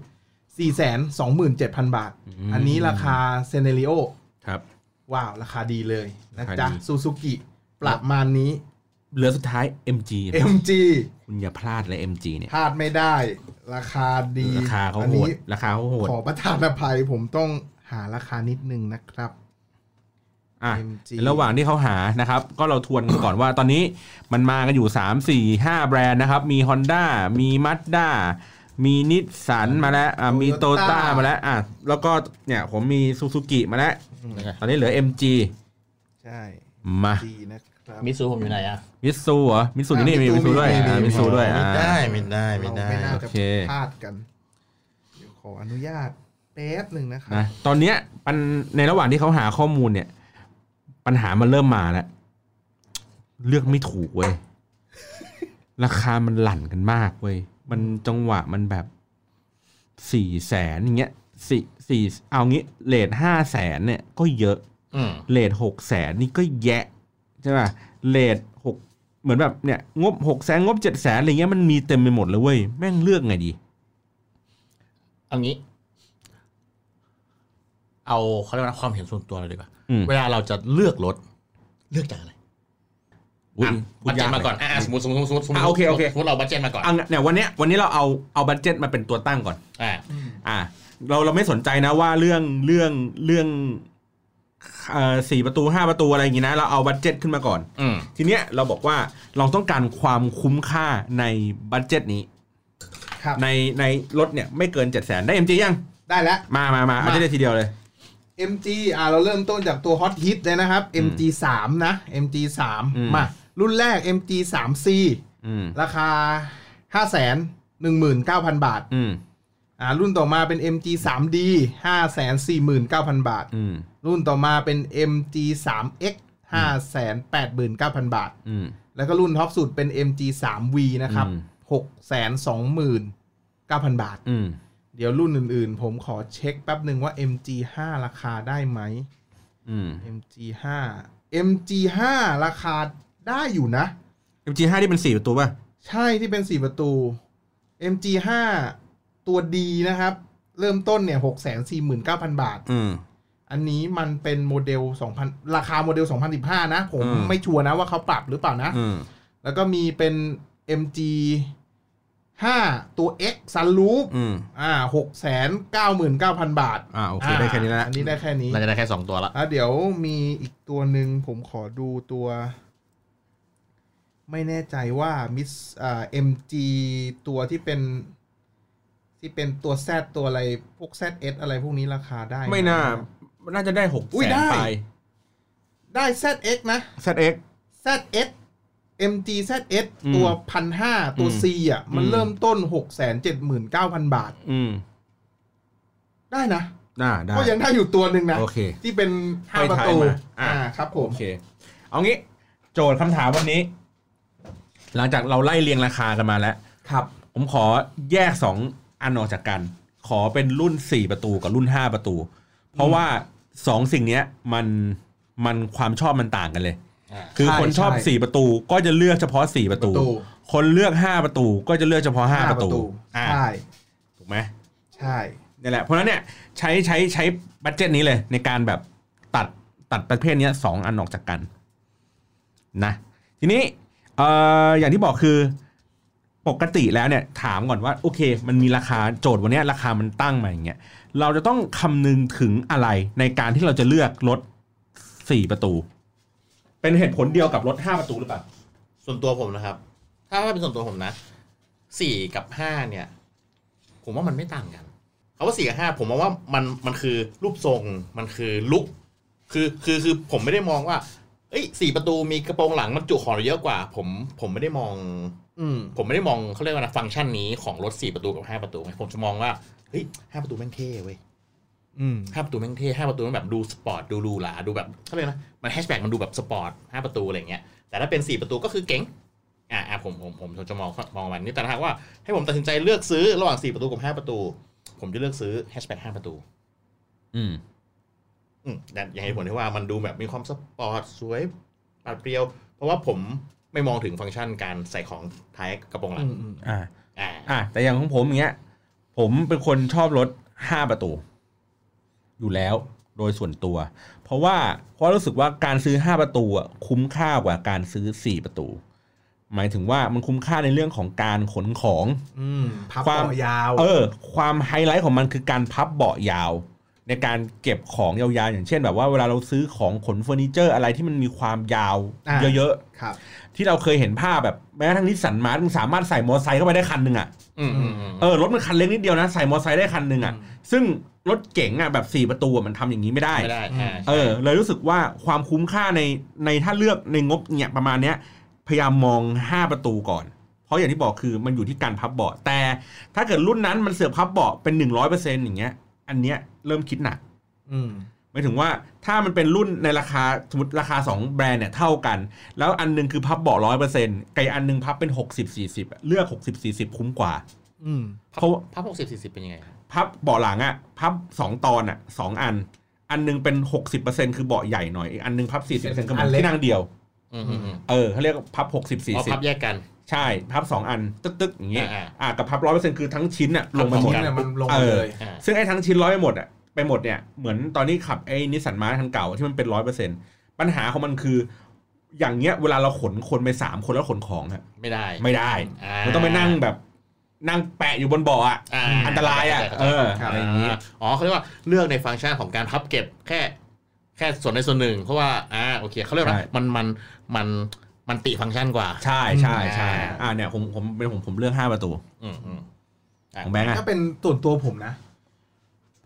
427,000 บาท อืม อันนี้ราคาเซเนริโอ ครับ ว้าว ราคาดีเลยนะ ราคา จ๊ะ ดี ซูซูกิประมาณนี้ เหลือสุดท้าย MG นะ MG คุณอย่าพลาดเลย MG เนี่ย พลาดไม่ได้ ราคาดี ราคาเขา อั โห นี้ ดราคาเขาโหด ขอประทานอภัยผมต้องหาราคานิดนึงนะครับ อ่ะ MG ระหว่างที่เขาหานะครับ ก็เราทวนกันก่อนว่าตอนนี้มันมากันอยู่ 3 4 5 แบรนด์นะครับ มี Honda มี Mazda มีนิสสันมาแล้วอ่ะมีโต Toyota ต้ามาแล้วอ่ะแล้วก็เนี่ยผมมีซูซูกิมาแล้ว ตอนนี้เหลือ MG ใช่ มา ดีนะครับ มิซูผมอยู่ไหนอะ มิสซูเหรอมิสซูอยู่นี่มีมิสซูด้วยอ่ะมิสซูด้วย ไม่ อ่ะ ได้ไม่ได้ไม่ เรา ได้ ไม่น่าจะ โอเค พลาดกัน เดี๋ยวขออนุญาตแป๊บหนึ่งนะครับ นะตอนเนี้ยปัญในระหว่างที่เขาหาข้อมูลเนี่ย ปัญหามันเริ่มมาแล้ว เลือกไม่ถูกเว้ย ราคามันหลั่นกันมากเว้ย มันจังหวะมันแบบสี่แสนอย่างเงี้ยสี่สี่เอางี้เลทห้าแสนเนี่ยก็เยอะ อืม เลทหกแสนนี่ก็แยะ ใช่ป่ะเลทหกเหมือนแบบเนี่ย งบหกแสนงบเจ็ดแสนอะไรเงี้ยมันมีเต็มไปหมดเลยเว้ย แม่งเลือกไงดี เอางี้ เอาเขาเรียกว่าความเห็นส่วนตัวเลยดีกว่า อืม เวลาเราจะเลือกรถ เลือกจากอะไร อุ๊ย อ่ะ พู บัต ด เจ็ต ยาก มา เลย ก่อนอ่ะอ่ะสมมติสมมติสมมติสมมติ อ่ะโอเคโอเค สมมติเราบัตเจ็ตมาก่อน เอังนเนี่ยวันเนี้ยวันนี้เราเอาเอาบัตเจ็ตมาเป็นตัวตั้งก่อน อ่า อ่า เราเราไม่สนใจนะว่าเรื่องเรื่องเรื่องเอ่อสี่ประตูห้าประตูอะไรอย่างงี้นะเราเอาบัตเจ็ตขึ้นมาก่อน อืม ทีเนี้ยเราบอกว่าเราต้องการความคุ้มค่าในบัตเจ็ตนี้ ครับ ในในรถเนี่ยไม่เกินเจ็ดแสนได้ MG ยัง ได้แล้ว มามามาเอา มา ได้เลยทีเดียวเลย MG อ่าเราเริ่มต้นจากตัวฮอตฮิตเลยนะครับ MG 3นะ MG อืม 3มา รุ่นแรก MG 3 C อืม ราคา 5 1 9 0 0 0 บาท อืม อ่ารุ่นต่อมาเป็น MG 3D 5 4 9 0 0 0 บาท อืม รุ่นต่อมาเป็น MG 3X 5 8 9 0 0 0 บาท อืม แล้วก็รุ่นท็อปสุดเป็น MG 3V นะครับ อืม 6 2 9 0 0 0 บาท อืม เดี๋ยวรุ่นอื่นๆ ผมขอเช็คแป๊บหนึ่งว่า MG 5ราคาได้ไหม อืม MG 5 MG 5ราคาได้อยู่นะ MG ห้าที่เป็นสี่ประตูป่ะ ใช่ที่เป็นสี่ประตู MG 5ตัวดีนะครับ เริ่มต้นเนี่ย 6 4 9 0 0 0 บาท อืม อันนี้มันเป็นโมเดล 2000 ราคาโมเดล 2015 นะ ผม อืม ไม่ชัวร์นะว่าเขาปรับหรือเปล่านะ อืม แล้วก็มีเป็น MG 5 ตัว X Sunroof อืม อ่า6 9 9 0 0 0 บาท อ่าโอเคได้แค่นี้แล้ว อันนี้ได้แค่นี้ เราจะได้แค่สองตัวละ อ่ะเดี๋ยวมีอีกตัวหนึ่งผมขอดูตัว ไม่แน่ใจว่ามิสอ่าเอ็มจีตัวที่เป็น ที่เป็นตัวแซดตัวอะไร พวกแซดเอสอะไรพวกนี้ราคาได้ ไม่น่า ะ น่าจะได้หก อุ๊ แส ย น ได้ ไป ได้แซดเอสนะ ZX แซดเอสเอ็มจีแซดเอส อืม ตัวพันห้าตัว อืม ซีอ่ะ มัน อืม เริ่มต้นหกแสนเจ็ดหมื่นเก้าพันบาท อืม ได้นะ น่าได้ ก็ยังได้อยู่ตัวหนึ่งนะ โอเค ที่เป็นห้า ไป ประ ถ่าย ตู มาอ่ะ อ่าครับผม โอเค เอางี้ โจทย์คำถามวันนี้ หลังจากเราไล่เรียงราคากันมาแล้ว ครับ ผมขอแยกสองอันออกจากกัน ขอเป็นรุ่นสี่ประตูกับรุ่นห้าประตู เพราะว่าสองสิ่งเนี้ยมันมันความชอบมันต่างกันเลย อ่า คือ ใช่ คนชอบ ใช่ สี่ประตูก็จะเลือกเฉพาะสี่ประตู ประตู คนเลือกห้าประตูก็จะเลือกเฉพาะห้าประตูอ่า ใช่ ถูกไหม ใช่ นี่แหละเพราะฉะนั้นเนี่ยใช้ใช้ใช้บัตเจตนี้เลย ในการแบบตัดตัดประเภทเนี้ยสองอันออกจากกันนะทีนี้เอ่ออย่างที่บอกคือ ปกติแล้วเนี่ยถามก่อนว่าโอเค มันมีราคาโจทย์วันเนี้ยราคามันตั้งมาอย่างเงี้ยเราจะต้องคำนึงถึงอะไรในการที่เราจะเลือกรถสี่ประตู เป็นเหตุผลเดียวกับรถห้าประตูหรือเปล่า ส่วนตัวผมนะครับ ถ้าเป็นส่วนตัวผมนะสี่กับห้าเนี่ย ผมว่ามันไม่ต่างกันคำว่าสี่กับห้าผมมองว่ามันมันคือรูปทรงมันคือลุกคือคือคือผมไม่ได้มองว่า เอ้ยสี่ประตูมีกระโปรงหลังมันจุของเราเยอะกว่า ผมผมไม่ได้มอง อืม ผมไม่ได้มองเขาเรียกว่านะฟังก์ชันนี้ของรถสี่ประตูกับห้าประตูไงผมจะมองว่าเฮ้ยห้าประตูแม่งเท่เว้ย อืม ห้าประตูแม่งเท่ห้าประตูแม่งแบบดูสปอร์ตดูหรูหราดูแบบเขาเรียกนะมันแฮชแบ็กมันดูแบบสปอร์ตห้าประตูอะไรอย่างเงี้ยแต่ถ้าเป็นสี่ประตูก็คือเก๋งอ่าอ่าผมผมผมผมจะมองมองมันนี่แต่ถ้าหากว่าให้ผมตัดสินใจเลือกซื้อระหว่างสี่ประตูกับห้าประตู ผมจะเลือกซื้อแฮชแบ็กห้าประตู อืม อืมแต่อย่างเหตุผลที่ว่ามันดูแบบมีความสปอร์ตสวยปาดเปรียว เพราะว่าผมไม่มองถึงฟังก์ชันการใส่ของท้ายกระโปรงหลัง อ่า อ่า อ่ะแต่อย่างของผมอย่างเงี้ย ผมเป็นคนชอบรถห้าประตู อยู่แล้วโดยส่วนตัว เพราะว่าเพราะรู้สึกว่าการซื้อห้าประตูอ่ะคุ้มค่ากว่าการซื้อสี่ประตู หมายถึงว่ามันคุ้มค่าในเรื่องของการขนของ อืม พับ ความ เบาะยาว เออ ความไฮไลท์ของมันคือการพับเบาะยาว ในการเก็บของยาวๆอย่างเช่น แบบว่าเวลาเราซื้อของขนเฟอร์นิเจอร์อะไรที่มันมีความยาวเยอะ ครับ ๆที่เราเคยเห็นภาพแบบแม้กระทั่งนิสสันมาร์ทมึงสามารถใส่มอเตอร์ไซค์เข้าไปได้คันหนึ่งอ่ะ อืมอืมอืม เออรถมันคันเล็กนิดเดียวนะ ใส่มอเตอร์ไซค์ได้คันหนึ่งอ่ะ อืม ซึ่งรถเก๋งอ่ะแบบสี่ประตูอะมันทำอย่างนี้ไม่ได้ ไม่ได้อ่า เออ เลยรู้สึกว่าความคุ้มค่าในในถ้าเลือกในงบเนี่ยประมาณเนี้ยพยายามมอง 5 ประตูก่อน เพราะอย่างที่บอกคือมันอยู่ที่การพับเบาะแต่ถ้าเกิดรุ่นนั้นมันเสือกพับเบาะเป็น 100%อย่างเงี้ยอันเนี้ยเริ่มคิดหนัก อืม หมายถึงว่าถ้ามันเป็นรุ่นในราคาสมมติราคา 2 แบรนด์เนี่ยเท่ากัน แล้วอันหนึงคือพับเบาะร้อยเปอร์เซ็นต์ไก่อันหนึงพับเป็น 60-40อะเลือก 60-40 คุ้มกว่า อืม เพราะ ภาพหกสิบสี่สิบเป็นยังไงครับ พับเบาะหลังอะพับสองตอนอะสองอัน อันหนึงเป็นหกสิบเปอร์เซ็นคือเบาะใหญ่หน่อยอีกอันหนึงพับสี่สิบเปอร์เซ็นก็เหมืออันน เล็ก ที่นั่งเดียว อืมอืมอืม เออเขาเรียกว่าพับหกสิบสี่ เอา สิบ ภาพแยกกัน ใช่พับสองอันตึ๊กตึ๊กอย่างเงี้ย อ่า อ่ากับพับร้อยเปอร์เซ็นคือทั้งชิ้นอะลงไป พับ หมด ชิ้น เนี่ยมันลง เออไปเลย อ่า ซึ่งไอ้ทั้งชิ้นร้อยไปหมดอะไปหมดเนี่ยเหมือนตอนนี้ขับไอ้นิสสันมาคันเก่าที่มันเป็นร้อยเปอร์เซ็นปัญหาของมันคือ อย่างเงี้ยเวลาเราขนคนไปสามคนแล้วขนของอะ ไม่ได้ ไม่ได้ า มันต้องไปนั่งแบบนั่งแปะอยู่บนเบาะอะ อ่า อันตรายอะ เข้ใจ เออเข้าใจครับ อะไรอย่างงี้ อ๋อเขาเรียกว่าเลือกในฟังก์ชันของการพับเก็บแค่ แค่ส่วนในส่วนหนึ่ง เพราะว่าอ่าโอเคเขาเรียกว่า ใช่ มันมันมันมันติฟังก์ชันกว่า ใช่ใช่ใช่ อ่า อ่าเนี่ยผมผมเป็นผมผมเลือกห้าประตู อืมอืมะ ของแบงค์อะ ถ้าเป็นส่วนตัวผมนะ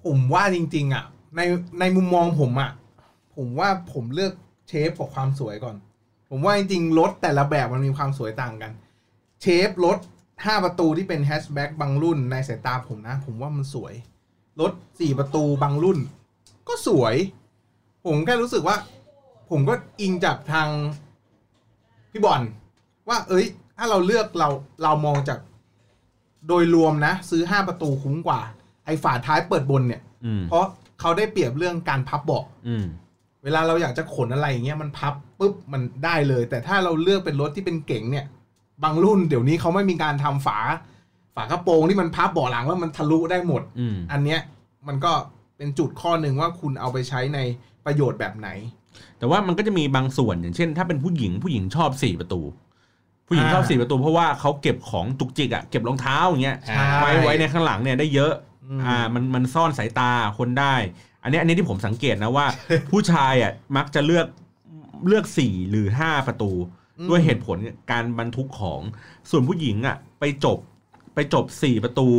ผมว่าจริง ๆ อ่ะ ในในมุมมองผมอ่ะ ผมว่าผมเลือกเชฟกับความสวยก่อน ผมว่าจริงๆรถแต่ละแบบมันมีความสวยต่างกัน เชฟรถ 5 ประตูที่เป็นแฮชแบ็กบางรุ่นในสายตาผมนะ ผมว่ามันสวย รถ 4 ประตูบางรุ่น ก็สวย ผมแค่รู้สึกว่า ผมก็อิงจากทางพี่บอลว่า เอ้ย ถ้าเราเลือกเราเรามองจากโดยรวมนะ ซื้อ 5 ประตูคุ้มกว่า ไอ้ฝาท้ายเปิดบนเนี่ย อืม เพราะเขาได้เปรียบเรื่องการพับเบาะ อืม เวลาเราอยากจะขนอะไรอย่างเงี้ยมันพับปุ๊บมันได้เลย แต่ถ้าเราเลือกเป็นรถที่เป็นเก๋งเนี่ย บางรุ่นเดี๋ยวนี้เขาไม่มีการทำฝา ฝากระโปรงที่มันพับเบาะหลังแล้วมันทะลุได้หมด อืม อันเนี้ยมันก็เป็นจุดข้อหนึ่งว่าคุณเอาไปใช้ในประโยชน์แบบไหน แต่ว่ามันก็จะมีบางส่วนอย่างเช่น ถ้าเป็นผู้หญิงผู้หญิงชอบสี่ประตู ผู้หญิงชอบ อ่า สี่ประตู เพราะว่าเขาเก็บของจุกจิกอ่ะเก็บรองเท้าอย่างเงี้ย ใช่ ไว้ไว้ในข้างหลังเนี่ยได้เยอะ อืม อ่า มันมันซ่อนสายตาคนได้ อันนี้อันนี้ที่ผมสังเกตนะว่า ผู้ชายอ่ะมักจะเลือกเลือกสี่หรือห้าประตู อืม ด้วยเหตุผลการบรรทุกของ ส่วนผู้หญิงอ่ะไปจบไปจบสี่ประตู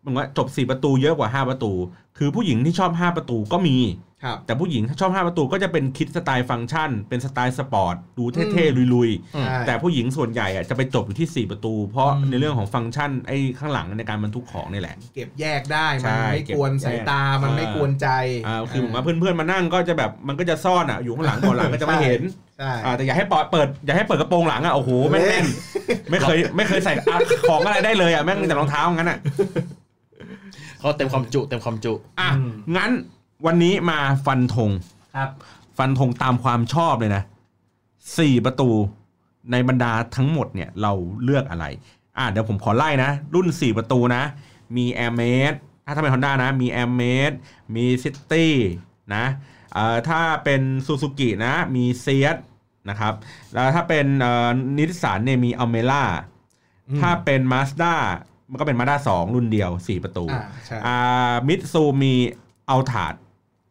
เหมันว่าจบสี่ประตูเยอะกว่าห้าประตู คือผู้หญิงที่ชอบห้าประตูก็มี ครับ แต่ผู้หญิงถ้าชอบห้าประตูก็จะเป็นคิดสไตล์ฟังก์ชัน เป็นสไตล์สปอร์ตดูเท่ๆลุยๆ อืม ใช่ แต่ผู้หญิงส่วนใหญ่อะจะไปจบอยู่ที่ 4 ประตู เพราะ อืม ในเรื่องของฟังก์ชันไอ้ข้างหลังในการบรรทุกของนี่แหละ เก็บแยกได้มัน ใช่ ไม่ เก็บ กวน แยก สายตามัน อ่า ไม่กวนใจ อ่าคือผมว่าเพื่อนๆมานั่งก็จะแบบมันก็จะซ่อนอะอยู่ข้างหลังเบาะหลังก็จะไม่เห็น ใช่ อ่าแต่อย่าให้ปอดเปิดอย่าให้เปิดกระโปรงหลังอะโอ้โหแม่ง เละ แน่นไม่ (laughs) เคยไม่เคยใส่อ่ะของอะไรได้เลยอะแม่งมีแต่รองเท้างั้นอะ เขาเต็มความจุเต็มความจุ อ่ะงั้นวันนี้มาฟันธง ครับ ฟันธงตามความชอบเลยนะสี่ประตูในบรรดาทั้งหมดเนี่ยเราเลือกอะไร อ่ะเดี๋ยวผมขอไล่นะ รุ่น 4 ประตูนะ มี Air m a d e ถ้าถ้าเป็น Honda นะ มี Air m a d e มี City นะเอ่อถ้าเป็น Suzuki นะ มี s e a t นะครับแล้วถ้าเป็นเอ่อนิสสันเนี่ยมี Almera ถ้าเป็น Mazda มันก็เป็น Mazda 2 รุ่นเดียว 4 ประตู อ่าใช่ อ่ามิตซูมี a l t a r d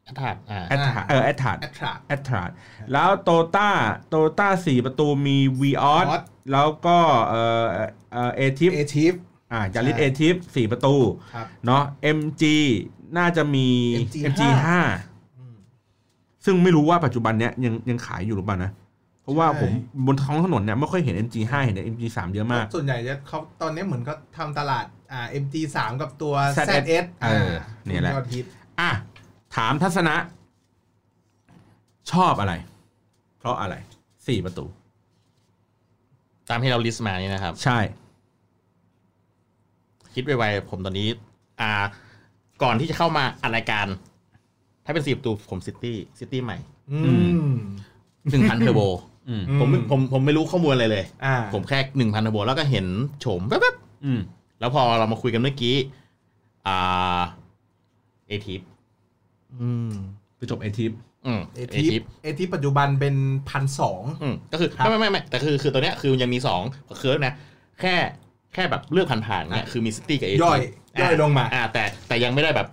อัฐาอ่า a l t a r d เออ a l t a r d แอตทรา a l t a r d แล้วโตต้าโตต้า4ประตูมี v ีออ Vios แล้วก็เอ่อเอ่อเอทิป เอทีฟ อ่ายาริส ใช่ เอทิฟสี่ประตู ครับ เนาะ MG น่าจะมี MG ห้าซึ่งไม่รู้ว่าปัจจุบันเนี้ยยังยังขายอยู่หรือเปล่านะ เพราะว่า ใช่ ผมบนท้องถนนเนี่ยไม่ค่อยเห็น MG ห้าเห็นแต่ MG สามเยอะมาก ส่วนใหญ่จะเขาตอนนี้เหมือนเขาทำตลาดอ่า MT3 กับตัว ZS ZS เออเนี่ยแหละ ยอดฮิต อ่ะ ถามทัศนะ ชอบอะไร เพราะอะไรสี่ประตู ตามที่เราลิสต์มานี่นะครับ ใช่ คิดไวๆผมตอนนี้ อ่า ก่อนที่จะเข้ามาอัดรายการ ถ้าเป็นสิบตูผมซิตี้ซิตี้ใหม่ อืม หนึ่งพันเทอร์โบ อืม ผมไม่ผมผมไม่รู้ข้อมูลอะไรเลย อ่า ผมแค่หนึ่งพันเทอร์โบแล้วก็เห็นโฉมแป๊บ อืม ๆแล้วพอเรามาคุยกันเมื่อกี้ อ่าเอทิป อืม ไปจบเอทิฟ อืม เอที ป เอทีปัจจุบันเป็นพันสอง อืมก็คือ ครับ ไม่ไม่ไม่ไม่แต่คือคือตัวเนี้ยคือยังมีสองเคิร์ฟนะ แค่แค่แบบเลือกผ่านๆเนี่ยคือมีซิตี้กับเอทิ ย่อยย่อยลงมา อ่า แต่แต่ยังไม่ได้แบบ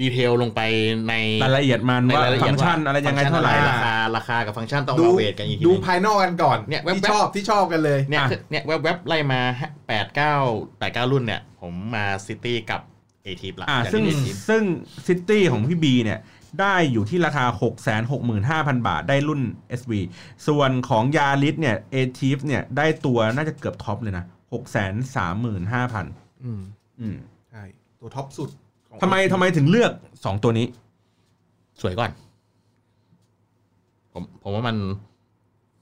ดีเทลลงไปใน รายละเอียดมันว่ารในายละเอี ฟั ยด งก์ชัน ว่า อะไรยังไงเท่าไหร่ ฟังก์ชัน ล่ะ อะราคาราคากับฟังก์ชันต้อง ดู มาเวทกันอีกที ดู นึง ภายนอกกันก่อน เนี่ยแว๊บๆ ที่ชอบที่ชอบกันเลย เนี่ย อ่ะ เนี่ยแวบๆไล่มาแปดเก้าแปดเก้ารุ่นเนี่ย ผมมาซิตี้กับเอทีฟละ อ่า จาก ซึ่ง ที่ ATIP ซึ่งซิตี้ของพี่บีเนี่ย ได้อยู่ที่ราคา 6 6 5 0 0 0 บาทได้รุ่น SV ส่วนของยาลิสเนี่ยเอทีฟเนี่ยได้ตัวน่าจะเกือบท็อปเลยนะ 6 3 5 0 0 อืม 0อืม ใช่ตัวท็อปสุดของ ทำไมทำไมถึงเลือก 2 ตัวนี้ สวยก่อน ผมผมว่ามัน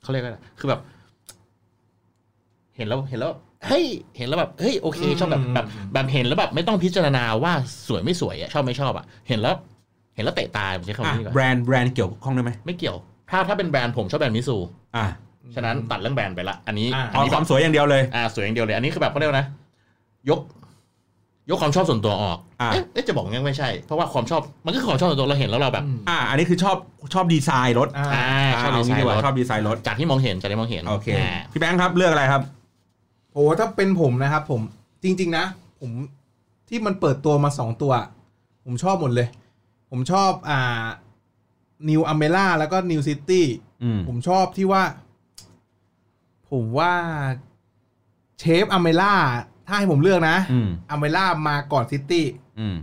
เขาเรียกว่าอะไรคือแบบ เห็นแล้วเห็นแล้วเฮ้ยเห็นแล้วแบบเฮ้ยโอเค ชอบแบบแบบแบบเห็นแล้วแบบไม่ต้องพิจารณาว่าสวยไม่สวยอะชอบไม่ชอบอะเห็นแล้ว เห็นแล้วเตะตาผมใช้คำ อ่ะ นี้ดีก แบร ว่าน ด์แบรนด์เกี่ยวข้องด้วยไหม ไม่เกี่ยว ถ้าถ้าเป็นแบรนด์ผมชอบแบรนด์มิซู อ่ะ ฉะนั้นตัดเรื่องแบรนด์ไปละ อันนี้ อ่า อัน เอา นี้ ค แบ วาม บ สวยอย่างเดียวเลย อ่าสวยอย่างเดียวเลย อันนี้คือแบบเขาเรียกว่านะ ยก ยกความชอบส่วนตัวออก อ่า เอ๊ะเอ๊ะจะบอกยังไม่ใช่ เพราะว่าความชอบมันก็คือความชอบส่วนตัวเราเห็นแล้วเราแบบ อืม อ่ะอันนี้คือชอบชอบดีไซน์รถ อ่า อ่าชอบ เอา ดีไซ งี้ดี น์ ก ร ว่า ถ ชอบดีไซน์รถ จากที่มองเห็นจากที่มองเห็น โอเค า พี่แบงค์ครับเลือกอะไรครับ โอ้ถ้าเป็นผมนะครับผมจริง ๆ นะ ผมที่มันเปิดตัวมาสองตัว ผมชอบหมดเลย ผมชอบอ่านิวอเมล่าแล้วก็นิวซิตี้ อืม ผมชอบที่ว่า ผมว่าเชฟอเมล่าถ้าให้ผมเลือกนะ อืม อเมล่ามาก่อนซิตี้ อืม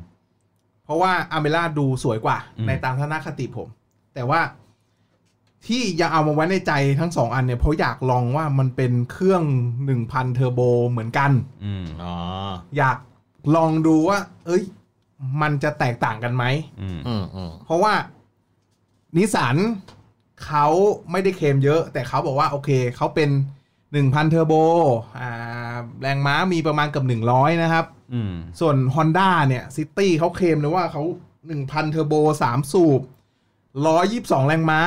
เพราะว่าอเมล่าดูสวยกว่า อืม ในตามทัศนคติผม แต่ว่า ที่ยังเอามาไว้ในใจทั้งสองอันเนี่ยเพราะอยากลองว่ามันเป็นเครื่อง 1,000 เทอร์โบเหมือนกัน อืม อ๋อ อยากลองดูว่า เอ้ย มันจะแตกต่างกันไหม อืม อืมอืม เพราะว่านิสันเขาไม่ได้เคลมเยอะ แต่เขาบอกว่าโอเคเขาเป็น 1,000 เทอร์โบอ่าแรงม้ามีประมาณเกือบ100 นะครับ อืม ส่วน Honda เนี่ยซิตี้เขาเคลมเลยว่าเขา 1,000 เทอร์โบ 3 สูบ 122 แรงม้า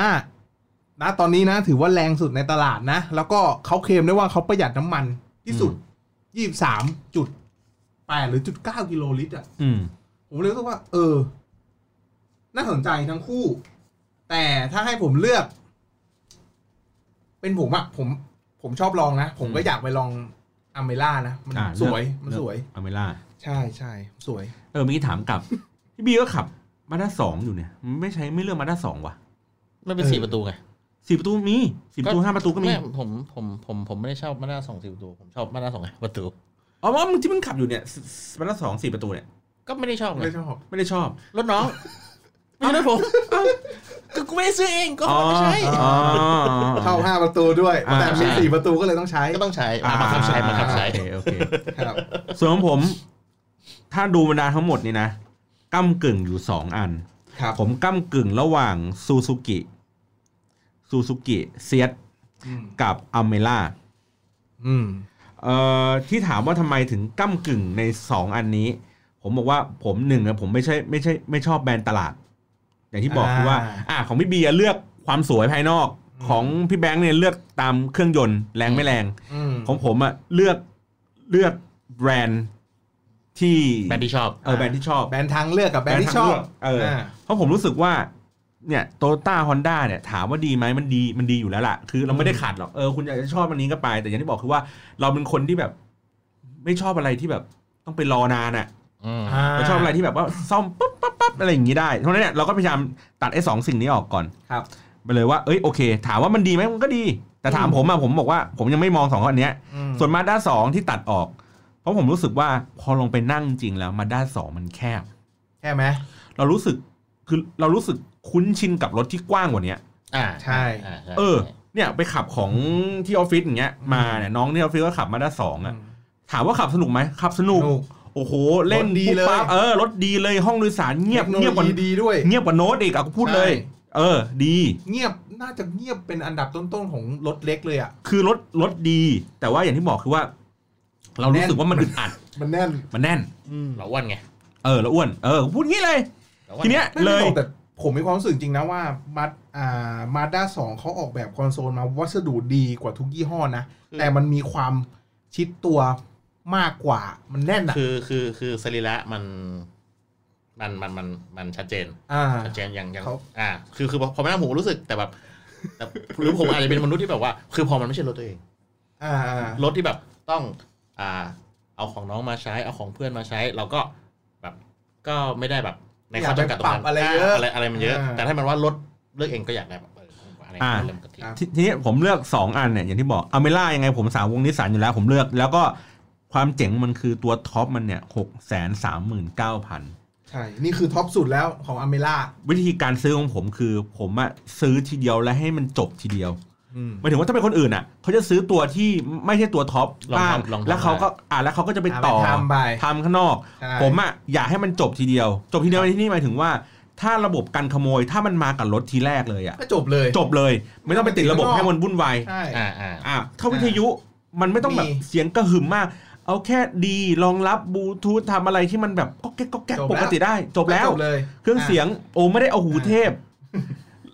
นะตอนนี้นะถือว่าแรงสุดในตลาดนะ แล้วก็เขาเคลมได้ว่าเขาประหยัดน้ำมันที่สุด 23.8 หรือ 9 กิโลลิตรอ่ะ อืม ผมเลยรู้สึกว่า เออ น่าสนใจทั้งคู่ แต่ถ้าให้ผมเลือก เป็นผมอะผม ผมชอบลองนะ ผมก็อยากไปลองอเมล่านะ มัน อ่ะ ส เลือก วย มัน เลือก สวย อเมล่า ใช่ใช่สวย เออเมื่อกี้ถามกลับ (laughs) พี่บีก็ขับมาด้าสองอยู่เนี่ยมันไม่ใช้ไม่เลือกมาด้าสองวะ ไม่เป็น เออ สี่ประตูไง สี่ประตูมีสี่ประตู ก็ ห้าประตูก็มี ไม่ผมผมผมผมไม่ได้ชอบมาด้าสองสี่ประตู ผมชอบมาด้าสองประตู อ๋อว่ามึงที่มึงขับอยู่เนี่ยสมาด้าสองสี่ประตูเนี่ย ก็ไม่ได้ชอบไง ไม่ชอบ ไม่ได้ชอบ รถน้อง ไม่ใช่รถผมก็กูไม่ได้ซื้อเองก็ไม่ใช่ อ๋อ เข้าห้าประตูด้วย อ่า แต่มี ใช่ สี่ประตูก็เลยต้องใช้ ก็ต้องใช้มาบังคับใช้มาบังคับใช้ โอเคโอเค ครับ ส่วนของผม ถ้าดูบรรดาทั้งหมดนี่นะก้ากึ่งอยู่สองอัน ครับ ผมก้ากึ่งระหว่างซูซูกิซูซูกิเซียต อืม กับอเมล่า อืม เอ่อที่ถามว่าทำไมถึงก้ากึ่งในสองอันนี้ ผมบอกว่าผมหนึ่งอะผมไม่ใช่ไม่ใช่ไม่ชอบแบรนด์ตลาด อย่างที่บอก อ่า คือว่า อ่าของพี่เบียร์เลือกความสวยภายนอกของพี่แบงค์เนี่ยเลือกตามเครื่องยนต์แรงไม่แรง อืม ของผมอะเลือกเลือกแบรนด์ที่ แบรนด์ที่ชอบ เออแบรนด์ที่ชอบ แบรนด์ทางเลือกกับแบรนด์ที่ชอบ แบรนด์ทางเลือกเอออ่ เพราะผมรู้สึกว่าเนี่ยโตต้าฮอนด้าเนี่ยถามว่าดีไหมมันดีมันดีอยู่แล้วล่ะ คือเราไม่ได้ขัดหรอกเออคุณอยากจะชอบอันนี้ก็ไป แต่อย่างที่บอกคือว่าเราเป็นคนที่แบบ ไม่ชอบอะไรที่แบบต้องไปรอนานอะ อืม า เราชอบอะไรที่แบบว่าซ่อมปั๊บปั๊บปั๊บอะไรอย่างนี้ได้เพราะฉะนั้นเนี่ยเราก็พยายามตัดไอ้สองสิ่งนี้ออกก่อน ครับ ไปเลยว่าเอ้ยโอเค ถามว่ามันดีไหมมันก็ดี แต่ถาม อืม ผมอะผมบอกว่าผมยังไม่มองสองข้อเนี้ย อืม ส่วนมาด้าสองที่ตัดออก เพราะผมรู้สึกว่าพอลงไปนั่งจริงแล้วมาด้าสองมันแคบ ใช่ไหม เรารู้สึกคือเรารู้สึกคุ้นชินกับรถที่กว้างกว่าเนี้ย อ่า ใช่ าใช่ เออเนี่ยไปขับของที่ออฟฟิศอย่างเงี้ยมาเนี่ยน้องที่ออฟฟิศก็ขับมาด้าสองอะถามว่าขับสนุกไหมขับสนุก โอ้โหเล่น รถดีเลย ปุ๊บปั๊บเออรถดีเลยห้องโดยสารเงียบ ทคโนโล เงียบกว่า ดีด้วย เงียบกว่าโน้ตอีกอะกูพูดเลย ใช่ เออ ดี เงียบน่าจะเงียบเป็นอันดับต้นๆของรถเล็กเลยอ่ะ คือรถรถดี แต่ว่าอย่างที่บอกคือว่า เรารู้สึกว่ามันอึดอัด มันแน่น มันแน่น เราอ้วนไง เออแล้วอ้วนเออพูดงี้เลย ราอ้ว ทีเนี้ย ไม่ เล ได้ ย บอกแต่ผมมีความรู้สึกจริงนะว่ามาอ่ามาด้าสองเขาออกแบบคอนโซลมาวัสดุดีกว่าทุกยี่ห้อนะ แต่มันมีความชิดตัวมากกว่ามันแน่นอ่ะ คือคือคือสรีระมันมันมันมันมันชัดเจน อ่า ชัดเจนอย่างอย่าง เขา อ่า คือคือพอพอไม่นั่งผมก็รู้สึกแต่แบบแต่หรือผมอาจจะเป็นมนุษย์ที่แบบว่า คือพอมันไม่ใช่รถตัวเอง อ่าอ่าร ถที่แบบต้อง อ่า เอาของน้องมาใช้เอาของเพื่อนมาใช้ เราก็แบบก็ไม่ได้แบบในข้อจำกัดตรงนั้นอะไรอะไรมันเยอะ แต่ถ้ามันว่ารถเลือกเองก็อยากได้แบบอะไรเริ่มกะทิ ทีทีนี้ผมเลือก 2 อันเนี่ยอย่างที่บอกอเมล่ายังไงผมสาววงนิสสันอยู่แล้ว ผมเลือก แล้วก็ความเจ๋งมันคือตัวท็อปมันเนี่ยหกแสนสามหมื่นเก้าพัน ใช่ นี่คือท็อปสุดแล้วของอเมล่า วิธีการซื้อของผมคือ ผมอะซื้อทีเดียวและให้มันจบทีเดียวหมายถึงว่าถ้าเป็นคนอื่นอะเขาจะซื้อตัวที่ไม่ใช่ตัวท็อปบ้างแล้วเขาก็อ่าแล้วเขาก็จะไป ะ ต่อ ทำไป ทำข้างนอก ใช่ ผมอะอยากให้มันจบทีเดียว จบทีเดียวในที่นี่หมายถึงว่า ถ้าระบบการขโมยถ้ามันมากับรถทีแรกเลยอะ ก็จบเลย จบเลย ไม่ต้องไปติดระบบให้มันวุ่นวาย ใช่ อ่าอ่า อ่ะถ้าวิทยุมันไม่ต้องแบบ มี เสียงกระหึ่มมาก เอาแค่ดีรองรับบลูทูธทำอะไรที่มันแบบก็แก๊กก็แก๊ก จบ ป แล้ว กติได้ จบแล้ว จบเลย เครื่องเสียงโอ้ไม่ได้เอาหูเท (laughs) พ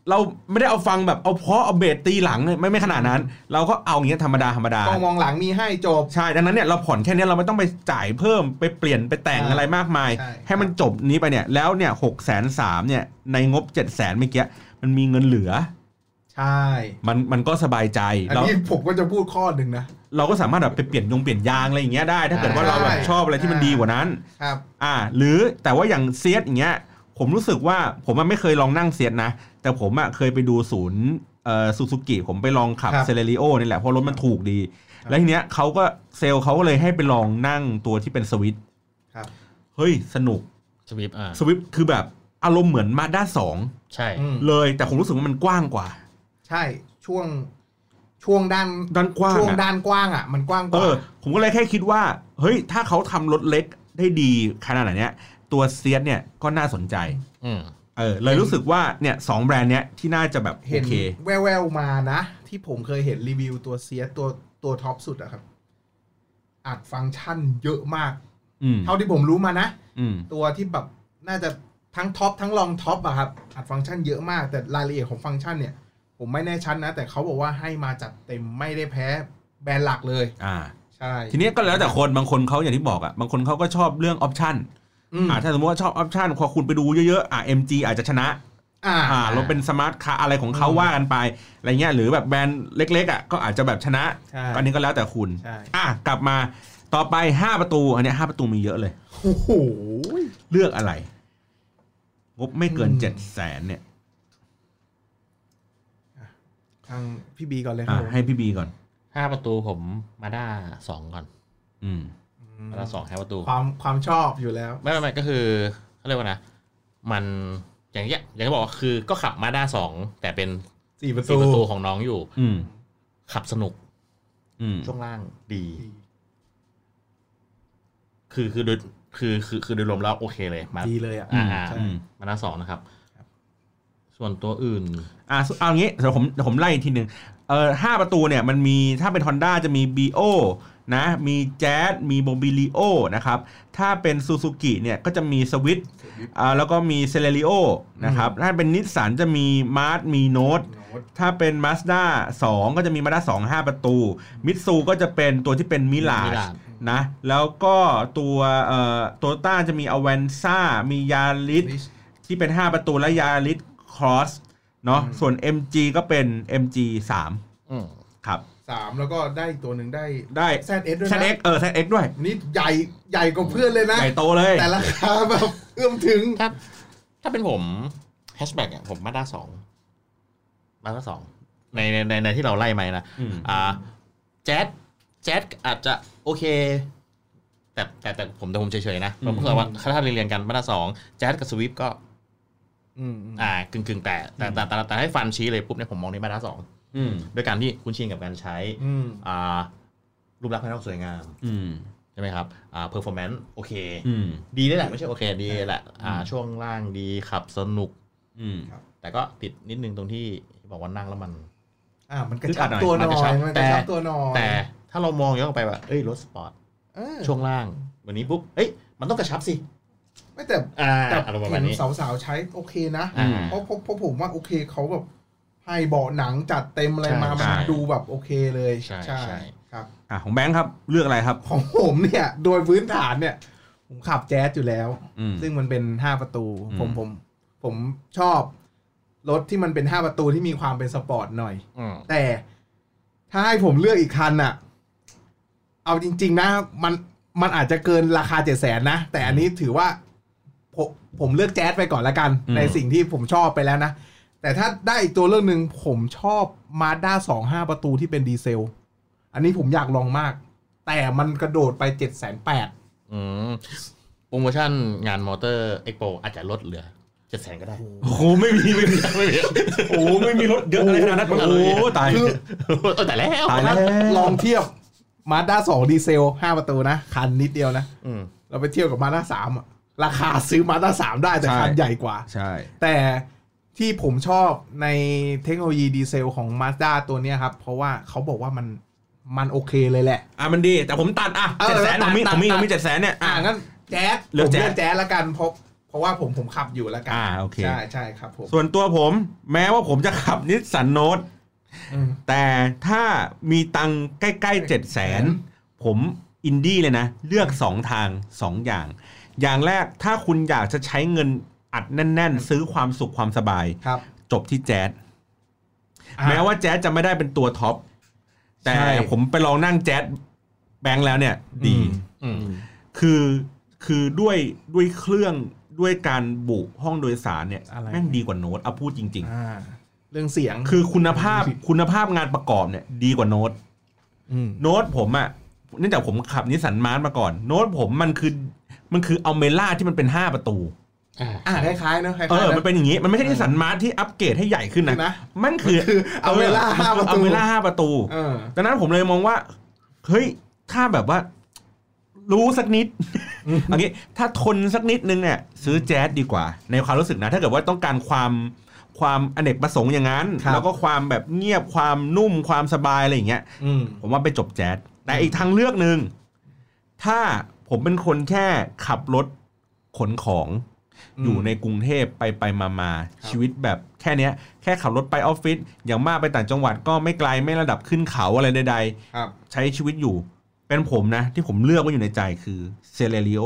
เราไม่ได้เอาฟังแบบเอาเพราะเอาเบสตีหลังเลยไม่ไม่ขนาดนั้น เราก็เอาอย่างเงี้ยธรรมดาธรรมดา อ่ะกล้องมองหลังมีให้จบ ใช่ดังนั้นเนี่ยเราผ่อนแค่เนี้ยเราไม่ต้องไปจ่ายเพิ่มไปเปลี่ยนไปแต่ง อ่า อะไรมากมาย ใช่ ให้มันจบนี้ไปเนี่ยแล้วเนี่ยหกแสนสามเนี่ยในงบเจ็ดแสนเมื่อกี้มันมีเงินเหลือ ใช่ มันมันก็สบายใจ อัน เรา นี้ผมก็จะพูดข้อหนึ่งนะ เราก็สามารถแบบไปเปลี่ยนยงเปลี่ยนยางอะไรอย่างเงี้ยได้ ถ้าเกิดว่า ใช่ เราแบบชอบอะไรที่มัน อ่า ดีกว่านั้น ครับ อ่า หรือแต่ว่าอย่างเซียสอย่างเงี้ย ผมรู้สึกว่าผมอะไม่เคยลองนั่งเซียสนะ แต่ผมอะเคยไปดูศูนย์เอ่อซูซูกิผมไปลองขับ ครับ เซเลริโอนี่แหละเพราะรถมันถูกดี ครับ แล้วทีเนี้ยเขาก็เซลล์เขาก็เลยให้ไปลองนั่งตัวที่เป็นสวิตช์ ครับ เฮ้ย สนุก สวิปอ่า สวิตช์คือแบบอารมณ์เหมือนมาด้าสอง ใช่ อืม เลย แต่ผมรู้สึกว่ามันกว้างกว่า ใช่ช่วงช่วงด้าน ด้านกว้าง ช่วง อะ ด้านกว้างอ่ะ มันกว้างก เอ ว่า อผมก็เลยแค่คิดว่า เฮ้ย ถ้าเขาทำรถเล็กได้ดีขนาดเนี้ย ตัวเซียสเนี่ยก็น่าสนใจ อืม เออเลยรู้สึกว่าเนี่ยสองแบรนด์เนี้ยที่น่าจะแบบโอ เห็น เค แววๆมานะ ที่ผมเคยเห็นรีวิวตัวเซียสตัวตัวท็อปสุดอะครับอัดฟังก์ชันเยอะมาก อืม เท่าที่ผมรู้มานะ อืม ตัวที่แบบน่าจะทั้งท็อปทั้งรองท็อปอะครับอัดฟังก์ชันเยอะมาก แต่รายละเอียดของฟังก์ชันเนี่ย ผมไม่แน่ชัดนะ แต่เขาบอกว่าให้มาจัดเต็มไม่ได้แพ้แบรนด์หลักเลย อ่า ใช่ ทีนี้ก็แล้วแต่คนบางคนเขาอย่างที่บอกอ่ะบางคนเขาก็ชอบเรื่องออปชัน อืม อ่าถ้าสมมติว่าชอบออปชันพอคุณไปดูเยอะๆอ่า MG อาจจะชนะ อ่า อ่าเราเป็นสมาร์ทคาอะไรของเขา อืม ว่ากันไปอะไรเงี้ยหรือแบบแบรนด์เล็กๆอ่ะก็อาจจะแบบชนะ ใช่ อันนี้ก็แล้วแต่คุณ ใช่ อ่ะกลับมาต่อไป 5 ประตูอันเนี้ย5ประตูมีเยอะเลย โอ้โห เลือกอะไร งบไม่เกิน อืม เจ็ดแสนเนี่ย ทางพี่บีก่อนเลยครั อ่ะ บผม ให้พี่บีก่อน ห้าประตูผมมาด้าสองก่อน อืม มาด้าสองห้าประตู ความความชอบอยู่แล้ว ไม่ไม่ไม่ก็คือเขาเรียกว่านะ มันอย่างเงี้ยอย่างที่บอกว่าคือก็ขับมาด้าสองแต่เป็น สี่ประ สี่ ตู ประตูของน้องอยู่ อืม ขับสนุก อืม ช่วงล่างดี คือคือโดยคือคือคือโดยรวมแล้วโอเคเลยมา ดีเลยอ่ะ อ่า ใช่ อืม มาด้าสองนะครับ ส่วนตัวอื่น อ่ะเอางี้เดี๋ยวผมเดี๋ยวผมไล่อีกทีหนึ่งเอ่อห้าประตูเนี่ยมันมีถ้าเป็น Honda จะมี BO นะ มี Jazz มี Mobilio นะครับ ถ้าเป็น Suzuki เนี่ยก็จะมี Swift อ่าแล้วก็มี Celerio นะครับ ถ้าเป็นนิสสันจะมี Mart มี Note โน้ต ถ้าเป็น Mazda 2 ก็จะมี Mazda 2 5 ประตู Mitsu ก็จะเป็นตัวที่เป็น Mirage Mirage นะ แล้วก็ตัวเอ่อโตต้าจะมี Avanza มี Yaris ลิช ที่เป็น 5 ประตูและ Yaris Cross เนาะ อืม ส่วน MG ก็เป็น MG อืม 3 ครับ สามแล้วก็ได้อีกตัวหนึ่งได้ ได้ แซดเอสด้วย แซ นะ นเอ็กเออแซนเอ็กด้วย นี่ใหญ่ใหญ่กว่าเพื่อนเลยนะ ใหญ่โตเลย แต่ราคาแบบเอื้อมถึง ถ้าถ้าเป็นผมแฮชแบ็กอ่ะผมมาด้าสองมาด้าสองในในในในที่เราไล่มานะ อืม อ่าแจ๊ดแจ๊ดอาจจะโอเค แต่แต่แต่ผมแต่ผมเฉยๆนะผมรู้สึกว่าถ้าถ้าเรียนๆกันมาตราสองแจ๊ดกับสวิฟก็ อืม อ่ากึ่งกึ่งๆแต่แต่แต่แต่แต่แต่ให้ฟันชี้เลยปุ๊บเนี่ยผมมองในมาตราสอง อืม ด้วยการที่คุ้นชินกับการใช้ อืม อ่ารูปลักษณ์ภายนอกสวยงาม อืม ใช่ไหมครับอ่าเพอร์ฟอร์แมนซ์โอเค อืม ดีได้แหละ ไม่ใช่โอเคดีแหละอ่าช่วงล่างดีขับสนุก อืม แต่ก็ติดนิดนึงตรงที่บอกว่านั่งแล้วมัน อ่ามันกระชับตัวห มัน น่ กระชั อบ ยมันกระชับ แต่ ตัวหน่อย แต่ถ้าเรามองย้อนกลับไปแบบเอ้ยรถสปอร์ต เออ ช่วงล่างวันนี้ปุ๊บ เอ้ย มันต้องกระชับสิ ไม่แต่ อ่า แต่ อารมณ์ประ เห็ มาณ น นี้ สาวๆใช้โอเคนะ อ่า เพราะเพราะเพราะผมว่าโอเคเขาแบบให้เบาะหนังจัดเต็มอะไร ใช่ มา ใช่ มันดูแบบโอเคเลย ใช่ใช่ ครับ อ่ะของแบงค์ครับเลือกอะไรครับ ของผมเนี่ยโดยพื้นฐานเนี่ย ผมขับแจ๊สอยู่แล้ว อืม ซึ่งมันเป็นห้าประตู อืม ผมผมผมชอบรถที่มันเป็นห้าประตูที่มีความเป็นสปอร์ตหน่อย อืม แต่ถ้าให้ผมเลือกอีกคันอะเอาจริง ๆ นะมันมันอาจจะเกินราคาเจ็ดแสนนะ แต่อันนี้ถือว่า ผมผมเลือกแจ๊สไปก่อนละกัน อืม ในสิ่งที่ผมชอบไปแล้วนะ แต่ถ้าได้อีกตัวเรื่องหนึ่งผมชอบมาด้าสองห้าประตูที่เป็นดีเซล อันนี้ผมอยากลองมาก แต่มันกระโดดไปเจ็ดแสนแปด อืมโปรโมชั่นงานมอเตอร์เอ็กโปอาจจะลดเหลือเจ็ดแสนก็ได้ โอ้โหไม่มีไม่มี ไม่มี โอ้โหไม่มีรถเยอะอะไรขนาดนั้นโอ้โหตาย คือ เออแต่แล้ว ตายแล้ว ลองเทียบมาด้าสองดีเซลห้าประตูนะคันนิดเดียวนะ อืม เราไปเที่ยวกับมาด้าสามอะราคาซื้อมาด้าสามได้แต่ ใช่ คันใหญ่กว่า ใช่ แต่ที่ผมชอบในเทคโนโลยีดีเซลของ Mazda ตัวเนี้ยครับ เพราะว่าเขาบอกว่ามันมันโอเคเลยแหละ อ่ะมันดี แต่ผมตัดอ่ะ เออ เจ็ดแสน ตั ผ ด มมี ตั ผ ด มมีผตัด มมีเจ็ดแสนเนี่ย อ่างั้นแจ๊ส เลือก ผม แจ๊ส เลือกแจ๊สละกันเพราะเพราะว่าผมผมขับอยู่ละกัน อ่าโอเค ใช่ใช่ครับผม ส่วนตัวผมแม้ว่าผมจะขับนิสสันโนต อืม แต่ถ้ามีตังค์ใกล้ๆเจ็ดแสนผมอินดี้เลยนะ เลือก 2 ทาง 2 อย่าง อย่างแรกถ้าคุณอยากจะใช้เงินอัดแน่น ๆ ซื้อความสุขความสบาย ครับ จบที่แจ๊ส อ่ะ แม้ว่าแจ๊สจะไม่ได้เป็นตัวท็อป แต่ ใช่ ผมไปลองนั่งแจ๊สแบงค์แล้วเนี่ยดี อืม คือคือด้วยด้วยเครื่องด้วยการบุห้องโดยสารเนี่ย อะไร แม่งดีกว่าโน้ตเอาพูดจริง อ่าเรื่องเสียง ๆ คือคุณภาพคุณภาพงานประกอบเนี่ยดีกว่าโน้ต ม โน้ตผมอะเนื่องจากผมขับนิสสันมาร์ทมาก่อน โน้ตผมมันคือมันคือเอาเมล่าที่มันเป็น 5 ประตู อ่า อ่าคล้ายๆเนอะคล้ายเออๆะ มันเป็นอย่างนี้ มันไม่ใช่นิสสันมาร์ทที่อัปเกรดให้ใหญ่ขึ้นนะ ใช่ไหม มันคือ มันคือ Almera ห้าประตู อเมล่าห้าประตู เออ ดังนั้นผมเลยมองว่า เฮ้ย ถ้าแบบว่า รู้สัก (laughs) นิดเอันนี้ ถ้าทนสักนิดนึงเนี่ย ซื้อแจ๊สดีกว่า ในความรู้สึกนะ ถ้าเกิดว่าต้องการความความอเนกประสงค์อย่างนั้น ครับ แล้วก็ความแบบเงียบความนุ่มความสบายอะไรอย่างเงี้ย อืม ผมว่าไปจบแจ๊สแต่อีกทางเลือกหนึ่ง ถ้าผมเป็นคนแค่ขับรถขนของ อืม อยู่ในกรุงเทพไปไปมามา ครับ ชีวิตแบบแค่เนี้ย แค่ขับรถไปออฟฟิศอย่างมากไปต่างจังหวัดก็ไม่ไกลไม่ระดับขึ้นเขาอะไรใด ครับ ๆ ใช้ชีวิตอยู่ เป็นผมนะ ที่ผมเลือกไว้อยู่ในใจคือเซเลริโอ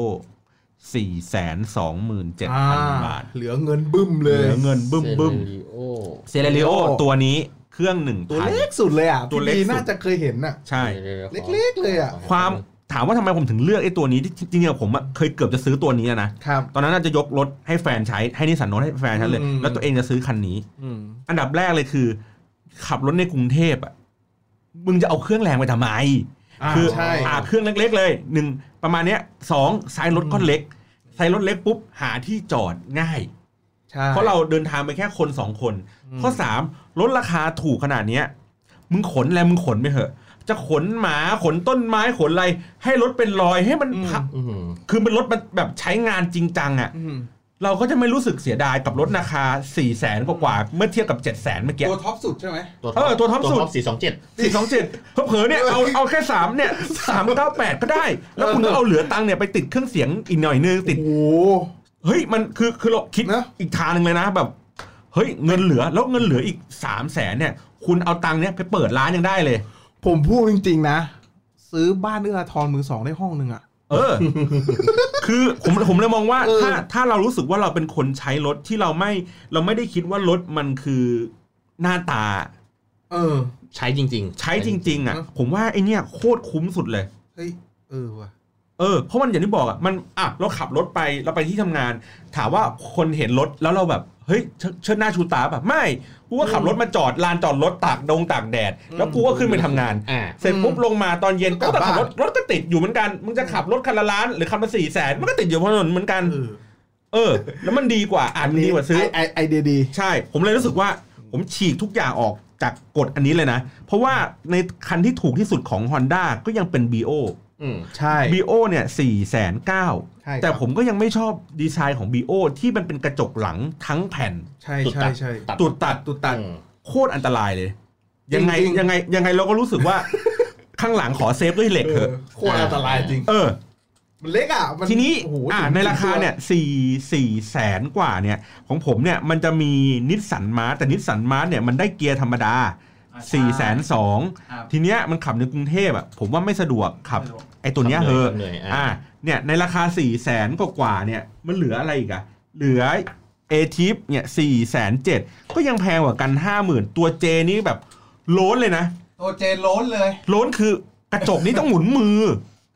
สี่แสนสองหมื่นเจ็ดพันบาท เหลือเงินบึ้มเล เห ย ลือเงินบึ้มบึ้ม Celerio เซเลริโอตัวนี้เครื่องหนึ่ง ตัว พัน เล็กสุดเลยอ่ะ ตัวเล็กสุ พี่ ด น่าจะเคยเห็นอ่ะ ใช่ Celerio เล็กๆเลยอะ ความถามว่าทำไมผมถึงเลือกไอ้ตัวนี้ที่จริงๆอะผมอะเคยเกือบจะซื้อตัวนี้แล้วนะครับ ตอนนั้นน่าจะยกรถให้แฟนใช้ให้นิสสันโนตให้แฟนใช้เลย อืม แล้วตัวเองจะซื้อคันนี้ อืม อันดับแรกเลยคือ ขับรถในกรุงเทพอ่ะมึงจะเอาเครื่องแรงไปทำไม คือ ใช่ อ่าเครื่องเล็ก ๆ เลยหนึ่งประมาณเนี้ยสองไซส์รถก็เล็กไซส์รถเล็กปุ๊บหาที่จอดง่าย ใช่ เพราะเราเดินทางไปแค่คนสองคน ข้อสามลดราคาถูกขนาดเนี้ย มึงขนแล้วมึงขนไปเถอะ จะขนหมาขนต้นไม้ขนอะไร ให้รถเป็นรอยให้มันพับ อื้อหือ คือมันรถมันแบบใช้งานจริงจังอะ่ะ อืม เราก็จะไม่รู้สึกเสียดายกับรถราคา4ี่แสนกว่าๆเมื่อเทียบกับ7จ็ดแสนเมื่อกี้ ตัวท็อปสุดใช่ไหม ตัว เออตัวท็อปสุด สี่สองเจ็ด สี่สองเจ็ดเผลอๆเนี่ยเอาเอาแค่สามเนี่ยสามเก้าแปดก็ได้ แล้วคุณก็เอาเหลือตังค์เนี่ยไปติดเครื่องเสียงอีกหน่อยนึงติด โอ้ เฮ้ยมันคือคือเราคิด นะ อีกทางหนึ่งเลยนะแบบ เฮ้ยเงินเหลือแล้วเงินเหลืออีก3ามแสนเนี่ย คุณเอาตังค์เนี่ยไปเปิดร้านยังได้เลย ผมพูดจริงๆนะ ซื้อบ้านเอื้ออาทรมือสองได้ห้องหนึ่งอ่ะ เออ (laughs) คือผมผมเลยมองว่า เออ ถ้าถ้าเรารู้สึกว่าเราเป็นคนใช้รถที่เราไม่เราไม่ได้คิดว่ารถมันคือหน้าตา เออ ใช้จริงๆ ใช้จริง ๆ อ่ะ เออ ผมว่าไอเนี่ยโคตรคุ้มสุดเลย เฮ้ย เออว่ะ เออเพราะมันอย่างที่บอกอ่ะมันอ่ะเราขับรถไปเราไปที่ทำงาน ถามว่าคนเห็นรถแล้วเราแบบเฮ้ยเชิเชิดหน้าชูตาแบบไม่กูก็ขับรถมาจอดลานจอดรถตากดงตากแดด แล้วกูก็ขึ้นไปทำงาน อ่า เสร็จปุ๊บลงมาตอนเย็น ก็ ก็ กลับ ขับรถ บ้าน รถก็ติดอยู่เหมือนกันมึงจะขับรถคันละล้านหรือคันละสี่แสนมันก็ติดอยู่บนถนนเหมือนกัน เออ เออ แล้วมันดีกว่าอ่านดีกว่าซื้อ ไไไอเดียดี ใช่ ผมเลยรู้สึกว่าผมฉีกทุกอย่างออกจากกฎอันนี้เลยนะ เพราะว่าในคันที่ถูกที่สุดของ Honda ก็ยังเป็น BO อืม ใช่ บีโอเนี่ยสี่แสนเก้า ใช่ แต่ ครับ ผมก็ยังไม่ชอบดีไซน์ของ BO ที่มันเป็นกระจกหลังทั้งแผ่น ใช่ ตุด ใช่ ตัด ใช่ ตัด ตุดตัด ตุดตัด อืม โคตรอันตรายเลย ยังไง จริงๆ ยังไงยังไงเราก็รู้สึกว่า (laughs) ข้างหลังขอเซฟด้วยเหล็กเถอะ โคตรอันตรายจริง เออ มันเล็กอ่ะมั ทีนี้ โโห อ่า ถึง ในราคาเนี่ยสี่สี่แสนกว่าเนี่ย ของผมเนี่ยมันจะมีนิสสันมาร์แต่นิสสันมาร์เนี่ยมันได้เกียร์ธรรมดา4ี่แสนสอง ครับ ทีเนี้ยมันขับในกรุงเทพอ่ะผมว่าไม่สะดวกขับ ไอ้ตัวเนี้ยเหอะ เหนื่อยอ่ะ อ่า เนี่ย ในราคา4ี่แสนกว่าๆเนี่ย มันเหลืออะไรอีกอะเหลือเอทิปเนี่ยสี่แสนเจ็ดก็ยังแพงกว่ากัน 5 0,000 ตัวเจนี่แบบโล้นเลยนะ ตัวเจนโล้นเลย โล้นคือกระจกนี่ต้องหมุนมือ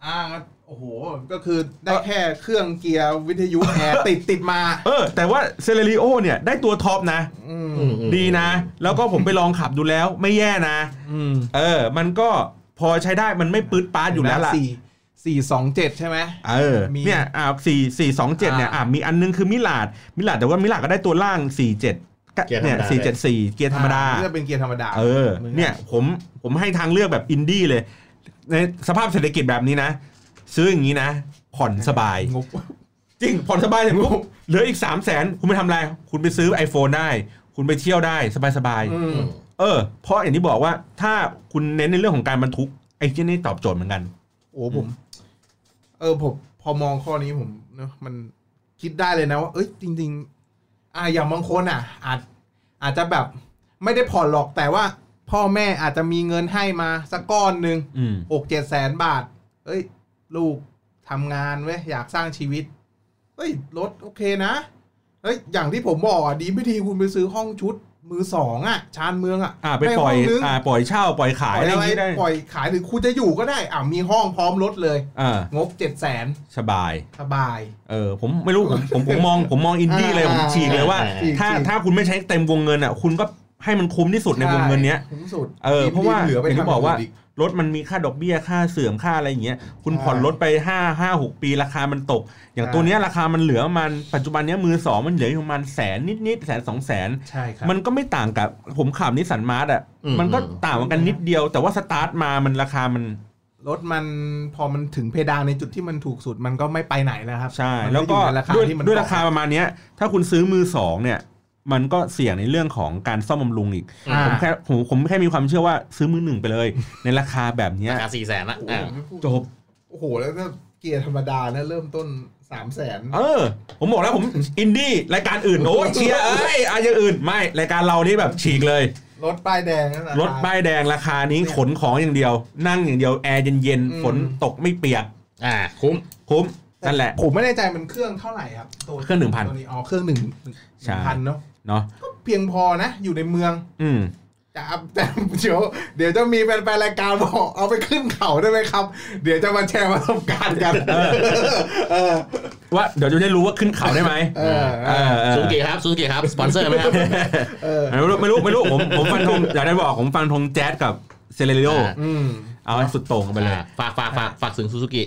อ่าโอ้โห ก็คือได้แค่เครื่องเกียร์วิทยุแอร์ติดติดมา เออ แต่ว่าเซเลริโอเนี่ย ได้ตัวท็อปนะ อืม อืมอืม ดีนะ แล้วก็ผมไปลองขับดูแล้วไม่แย่นะ อืม เออ มันก็พอใช้ได้มันไม่ปื๊ดป๊าดอยู่แล้วล่ะ สี่สี่สองเจ็ดใช่ไหม เออ มี เนี่ยอ่าสี่สี่สองเจ็ดเนี่ย อ่า อ่ามีอันนึงคือมิลาดมิลาดแต่ว่ามิลาดก็ได้ตัวล่างสี่เจ็ด เกียร์ธรรมดา เนี่ยสี่เจ็ดสี่เกียร์ธรรมดา ะเป็นเกียร์ธรรมดา เออ เหมือนกัน เนี่ยผมผมให้ทางเลือกแบบอินดี้เลย ในสภาพเศรษฐกิจแบบนี้นะ ซื้ออย่างนี้นะ ผ่อนสบาย งบ จริง ผ่อนสบายถึงปุ๊บเหลืออีก3 0 0แสนคุณไปทำอะไร คุณไปซื้อ iPhone ได้ คุณไปเที่ยวได้สบาย อื อื ม ม ๆเออ เพราะอย่างที่บอกว่าถ้าคุณเน้นในเรื่องของการบรรทุกไอ้ที่นี่ตอบโจทย์เหมือนกัน โอ้ผม เออผมพอมองข้อนี้ผมเนอะมันคิดได้เลยนะว่าเอ้ยจริง ๆ อ่าอย่างบางคนอ่ะ อาจอาจจะแบบไม่ได้ผ่อนหรอกแต่ว่า พ่อแม่อาจจะมีเงินให้มาสักก้อนหนึ่ง อืม หกเจ็ดแสนบาท เอ้ย ลูกทำงานเว้ยอยากสร้างชีวิต เฮ้ยรถโอเคนะเฮ้ยอย่างที่ผมบอกอ่ะดีไม่ดีคุณไปซื้อห้องชุด มือสองอ่ะ ชานเมืองอ่ะ อ่าไปปล่อย ด้ห้งนึง อ่าปล่อยเช่าปล่อย ป ขาย ล่อย อะไรอ อะ ย่า ไรง นี้ได้ ปล่อยขายหรือคุณจะอยู่ก็ได้อ่ามีห้องพร้อมรถเลย อ่าง บเจ็ดแสน สบาย สบาย เออผมไม่รู้ผมผมผมมองผมมองอินดี้เลย อ่า ผมฉีกเลยว่า จริง ถ้า จริง ถ้าคุณไม่ใช้เต็มวงเงินอ่ะ คุณก็ให้มันคุ้มที่สุดในวงเงินเนี้ย ใช่คุ้มสุด เออ ดิน เพราะว่า ดินเหลือไป อย่างที่ ทำ บอกว่า นน ร รถมันมีค่าดอกเบี้ยค่าเสื่อมค่าอะไรอย่างเงี้ยคุณ ใช่ ผ่อนรถไปห้าห้าหกปีราคามันตก อย่างตัวเนี้ยราคามันเหลือประมันปัจจุบันเนี้ยมือสองมันเหลืออยู่ประมาณแสนนิดๆแสนสองแสน ใช่ครับ มันก็ไม่ต่างกับผมขับนิสสันมาร์ทอ่ะ อืม มันก็ต่างกันนิดเดียว แต่ว่าสตาร์ทมามันราคามัน รถมันพอมันถึงเพดานในจุดที่มันถูกสุดมันก็ไม่ไปไหนแล้วครับ ใช่ มัน แล้วก็ อยู่ในราคา ด้วย ที่มัน ด้วยราคาประมาณเนี้ย ถ้าคุณซื้อมือสองเนี่ย มันก็เสี่ยงในเรื่องของการซ่อมบำรุงอีก อ่า ผมแค่ผมผมแค่มีความเชื่อว่าซื้อมือหนึ่งไปเลย ในราคาแบบเนี้ย ราคาสี่แสนละ โอ้โห อ่า ไม่พูด จบ โอ้โห แล้วก็เกียร์ธรรมดาเนี่ยเริ่มต้นสามแสน เออ ผมบอกแล้วผม อินดี้รายการอื่นโอ้ยเชียร์เอ้ยอะอย่างอื่นไม่รายการเรานี่แบบฉีกเลย รถป้ายแดงนั่นนะ รถ คบ ป้ายแดงราคานี้ขนของอย่างเดียว นั่งอย่างเดียวแอร์เย็น อืม ๆฝนตกไม่เปียก อ่า คุ้ม คุ้มนั่นแหละ ผมไม่แน่ใจมันเครื่องเท่าไหร่ครับตัว เครื่องหนึ่งพัน ตัวนี้อ๋อเครื่องหนึ่ง ใช่ พันเนาะ เนาะ ก็เพียงพอนะ อยู่ในเมือง อืม จะเอา (laughs) แต่เดี๋ยวเดี๋ยวจะมีแฟนๆรายการบอกเอาไปขึ้นเขาได้ไหมครับ เดี๋ยวจะมาแชร์ประสบการณ์กัน เออ เออ ว่าเดี๋ยวจะได้รู้ว่าขึ้นเขาได้ไหม เออ เออเออ ซูซูกิครับซูซูกิครับ สปอนเซอร์ไหมครับ เออ ไม่รู้ไม่รู้ไม่รู้ผมผมฟันธงอยากได้บอกผมฟันธงแจ๊สกับเซเลริโอ อ่า อืม เอาให้สุดโต่งกันไปเลย อ่าฝากฝากฝากฝากถึงซูซูกิ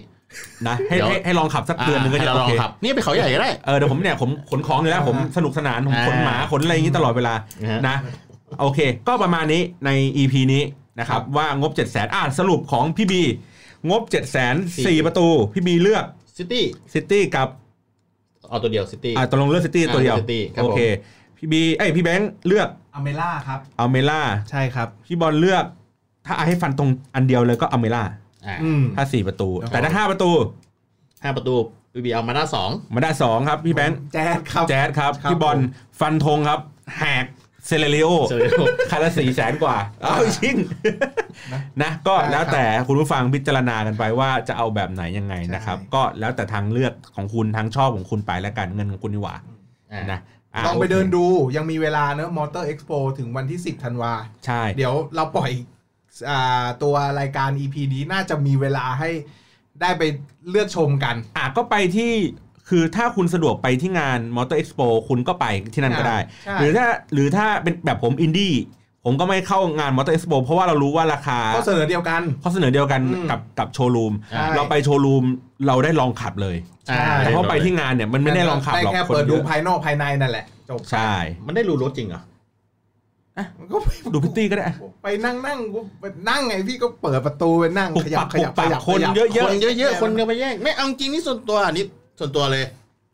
นะให้ เดี๋ยว ให้ให้ลองขับสักเดือนหนึงก็ ให้ จะ เรา โอ ลอง เค ครับ นี่ไปเขาใหญ่ก็ได้ เออเดี๋ยวผมเนี่ยผมขนของอยู่แล้วผมสนุกสนานผม อ่า ขนหมาขนอะไรอย่างนี้ตลอดเวลา อ่าน นะโอเค ก็ประมาณนี้ใน EP นี้นะครับว่างบ 7 0 0 0 0อ่าสรุปของพี่บีงบ 7 0 0 0 0 4 ประตู พี่บีเลือก ซิตี้ ซิตี้กับ เอาตัวเดียวซิตี้ อ่าตกลงเลือกซิตี้ตัวเดียว อ่า City ครับผม โอเคพี่บีเอ้ยพี่แบงค์เลือก อเมล่าครับ เอาเมล่า ใช่ครับ พี่บอลเลือก ถ้าเอาให้ฟันตรงอันเดียวเลยก็อเมล่า อ่า อืม ถ้าสี่ประตู ครับ แต่ถ้าห้าประตู ห้าประตูบีบีเอามาด้าสอง มาได้สองครับ พี่แบงค์ แจ๊ดครับ แจ๊ดครับ ครับ พี่บอลฟันธงครับ แหกเซเลริโอ เซเลโอ คันละสี่แสนกว่า เอาชิงนะก็ ครับ แล้วแต่คุณผู้ฟังพิจารณากันไปว่าจะเอาแบบไหนยังไงนะครับ ใช่ ก็แล้วแต่ทางเลือกของคุณทางชอบของคุณไปแล้วกันเงินของคุณดีกว่า อ่า นะะ ลองไป โค เดินดูยังมีเวลาเนอะมอเตอร์เอ็กซ์โปถึงวันที่ 10ธันวา ใช่ เดี๋ยวเราปล่อยอ่าตัวรายการ EP นี้น่าจะมีเวลาให้ได้ไปเลือกชมกัน อ่ะก็ไปที่คือถ้าคุณสะดวกไปที่งาน Motor Expo คุณก็ไปที่นั่นก็ได้ ใช่ หรือถ้าหรือถ้าเป็นแบบผมอินดี้ผมก็ไม่เข้างาน Motor Expo เพราะว่าเรารู้ว่าราคา ข้อเสนอเดียวกัน ข้อเสนอเดียวกัน อืม กับกับโชว์รูม ใช่ เราไปโชว์รูมเราได้ลองขับเลย ใช่ แต่เพราะไปที่งานเนี่ยมันไม่ได้ลองขับหรอได้กแค่ คน เปิดดู เยอะ ภายนอกภายในนั่นแหละ จบ ใช่ มันได้รู้รถจริงเหรอ มันก็ไป ดูพิตตี้ก็ได้อ่ะ (laughs) ไปนั่งนั่งกูไปนั่งไงพี่ก็เปิดประตูไปนั่ง ปุก ขยั ปั บ ก ข ปุก ยับ ปั ข ก ยับ คขนยับ เยอะ คนเยอะ แย่ ๆ คนก็ไปแย่ง ไม่เอาจริงนี่ส่วนตัวอันนี้ส่วนตัวเลย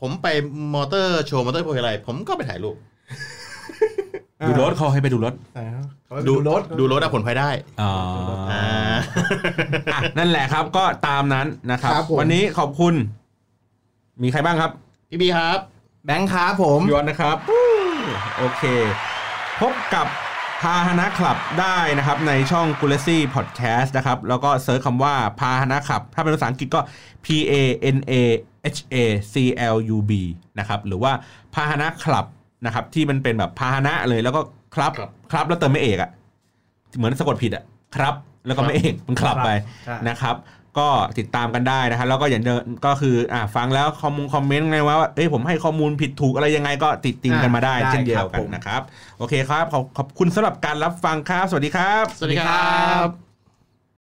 ผมไปมอเตอร์โชว์มอเตอร์โพอะไร ผมก็ไปถ่ายรูป ๆดูรถเขาให้ไปดูรถ แต่เขาดูรถ ดูรถอะผลพลอยได้ อ๋อ อ่า อ่ะนั่นแหละครับก็ตามนั้นนะครับ ครับผม วันนี้ขอบคุณ มีใครบ้างครับ พี่บีครับ แบงค์ค้าผม ย้อนนะครับอู้โอเค พบกับพาหนะคลับได้นะครับ ในช่อง g u l a s y Podcast นะครับ แล้วก็เซิร์ชคำว่าพาหนะคลับ ถ้าเป็นภาษาอังกฤษก็ P A N A H A C L U B นะครับ หรือว่าพาหนะคลับนะครับ ที่มันเป็นแบบพาหนะเลยแล้วก็ครับ ครับ ครับแล้วเติมไม่เอกอะเหมือนสะกดผิดอะครับ แล้วก็ไม่เอกมันคลับไป ใช่ นะครับ ก็ติดตามกันได้นะครับแล้วก็อย่างเดิมก็คืออ่าฟังแล้วคอมมงคอมเมนต์ไงว่าเอ้ยผมให้ข้อมูลผิดถูกอะไรยังไงก็ติดติงกันมาได้ อ่าได้ เช่นเดียว ครั กับน ผม นะครับ โอเคครับ ขอบขอบคุณสำหรับการรับฟังครับ สวัสดีครับ สวัสดีครับ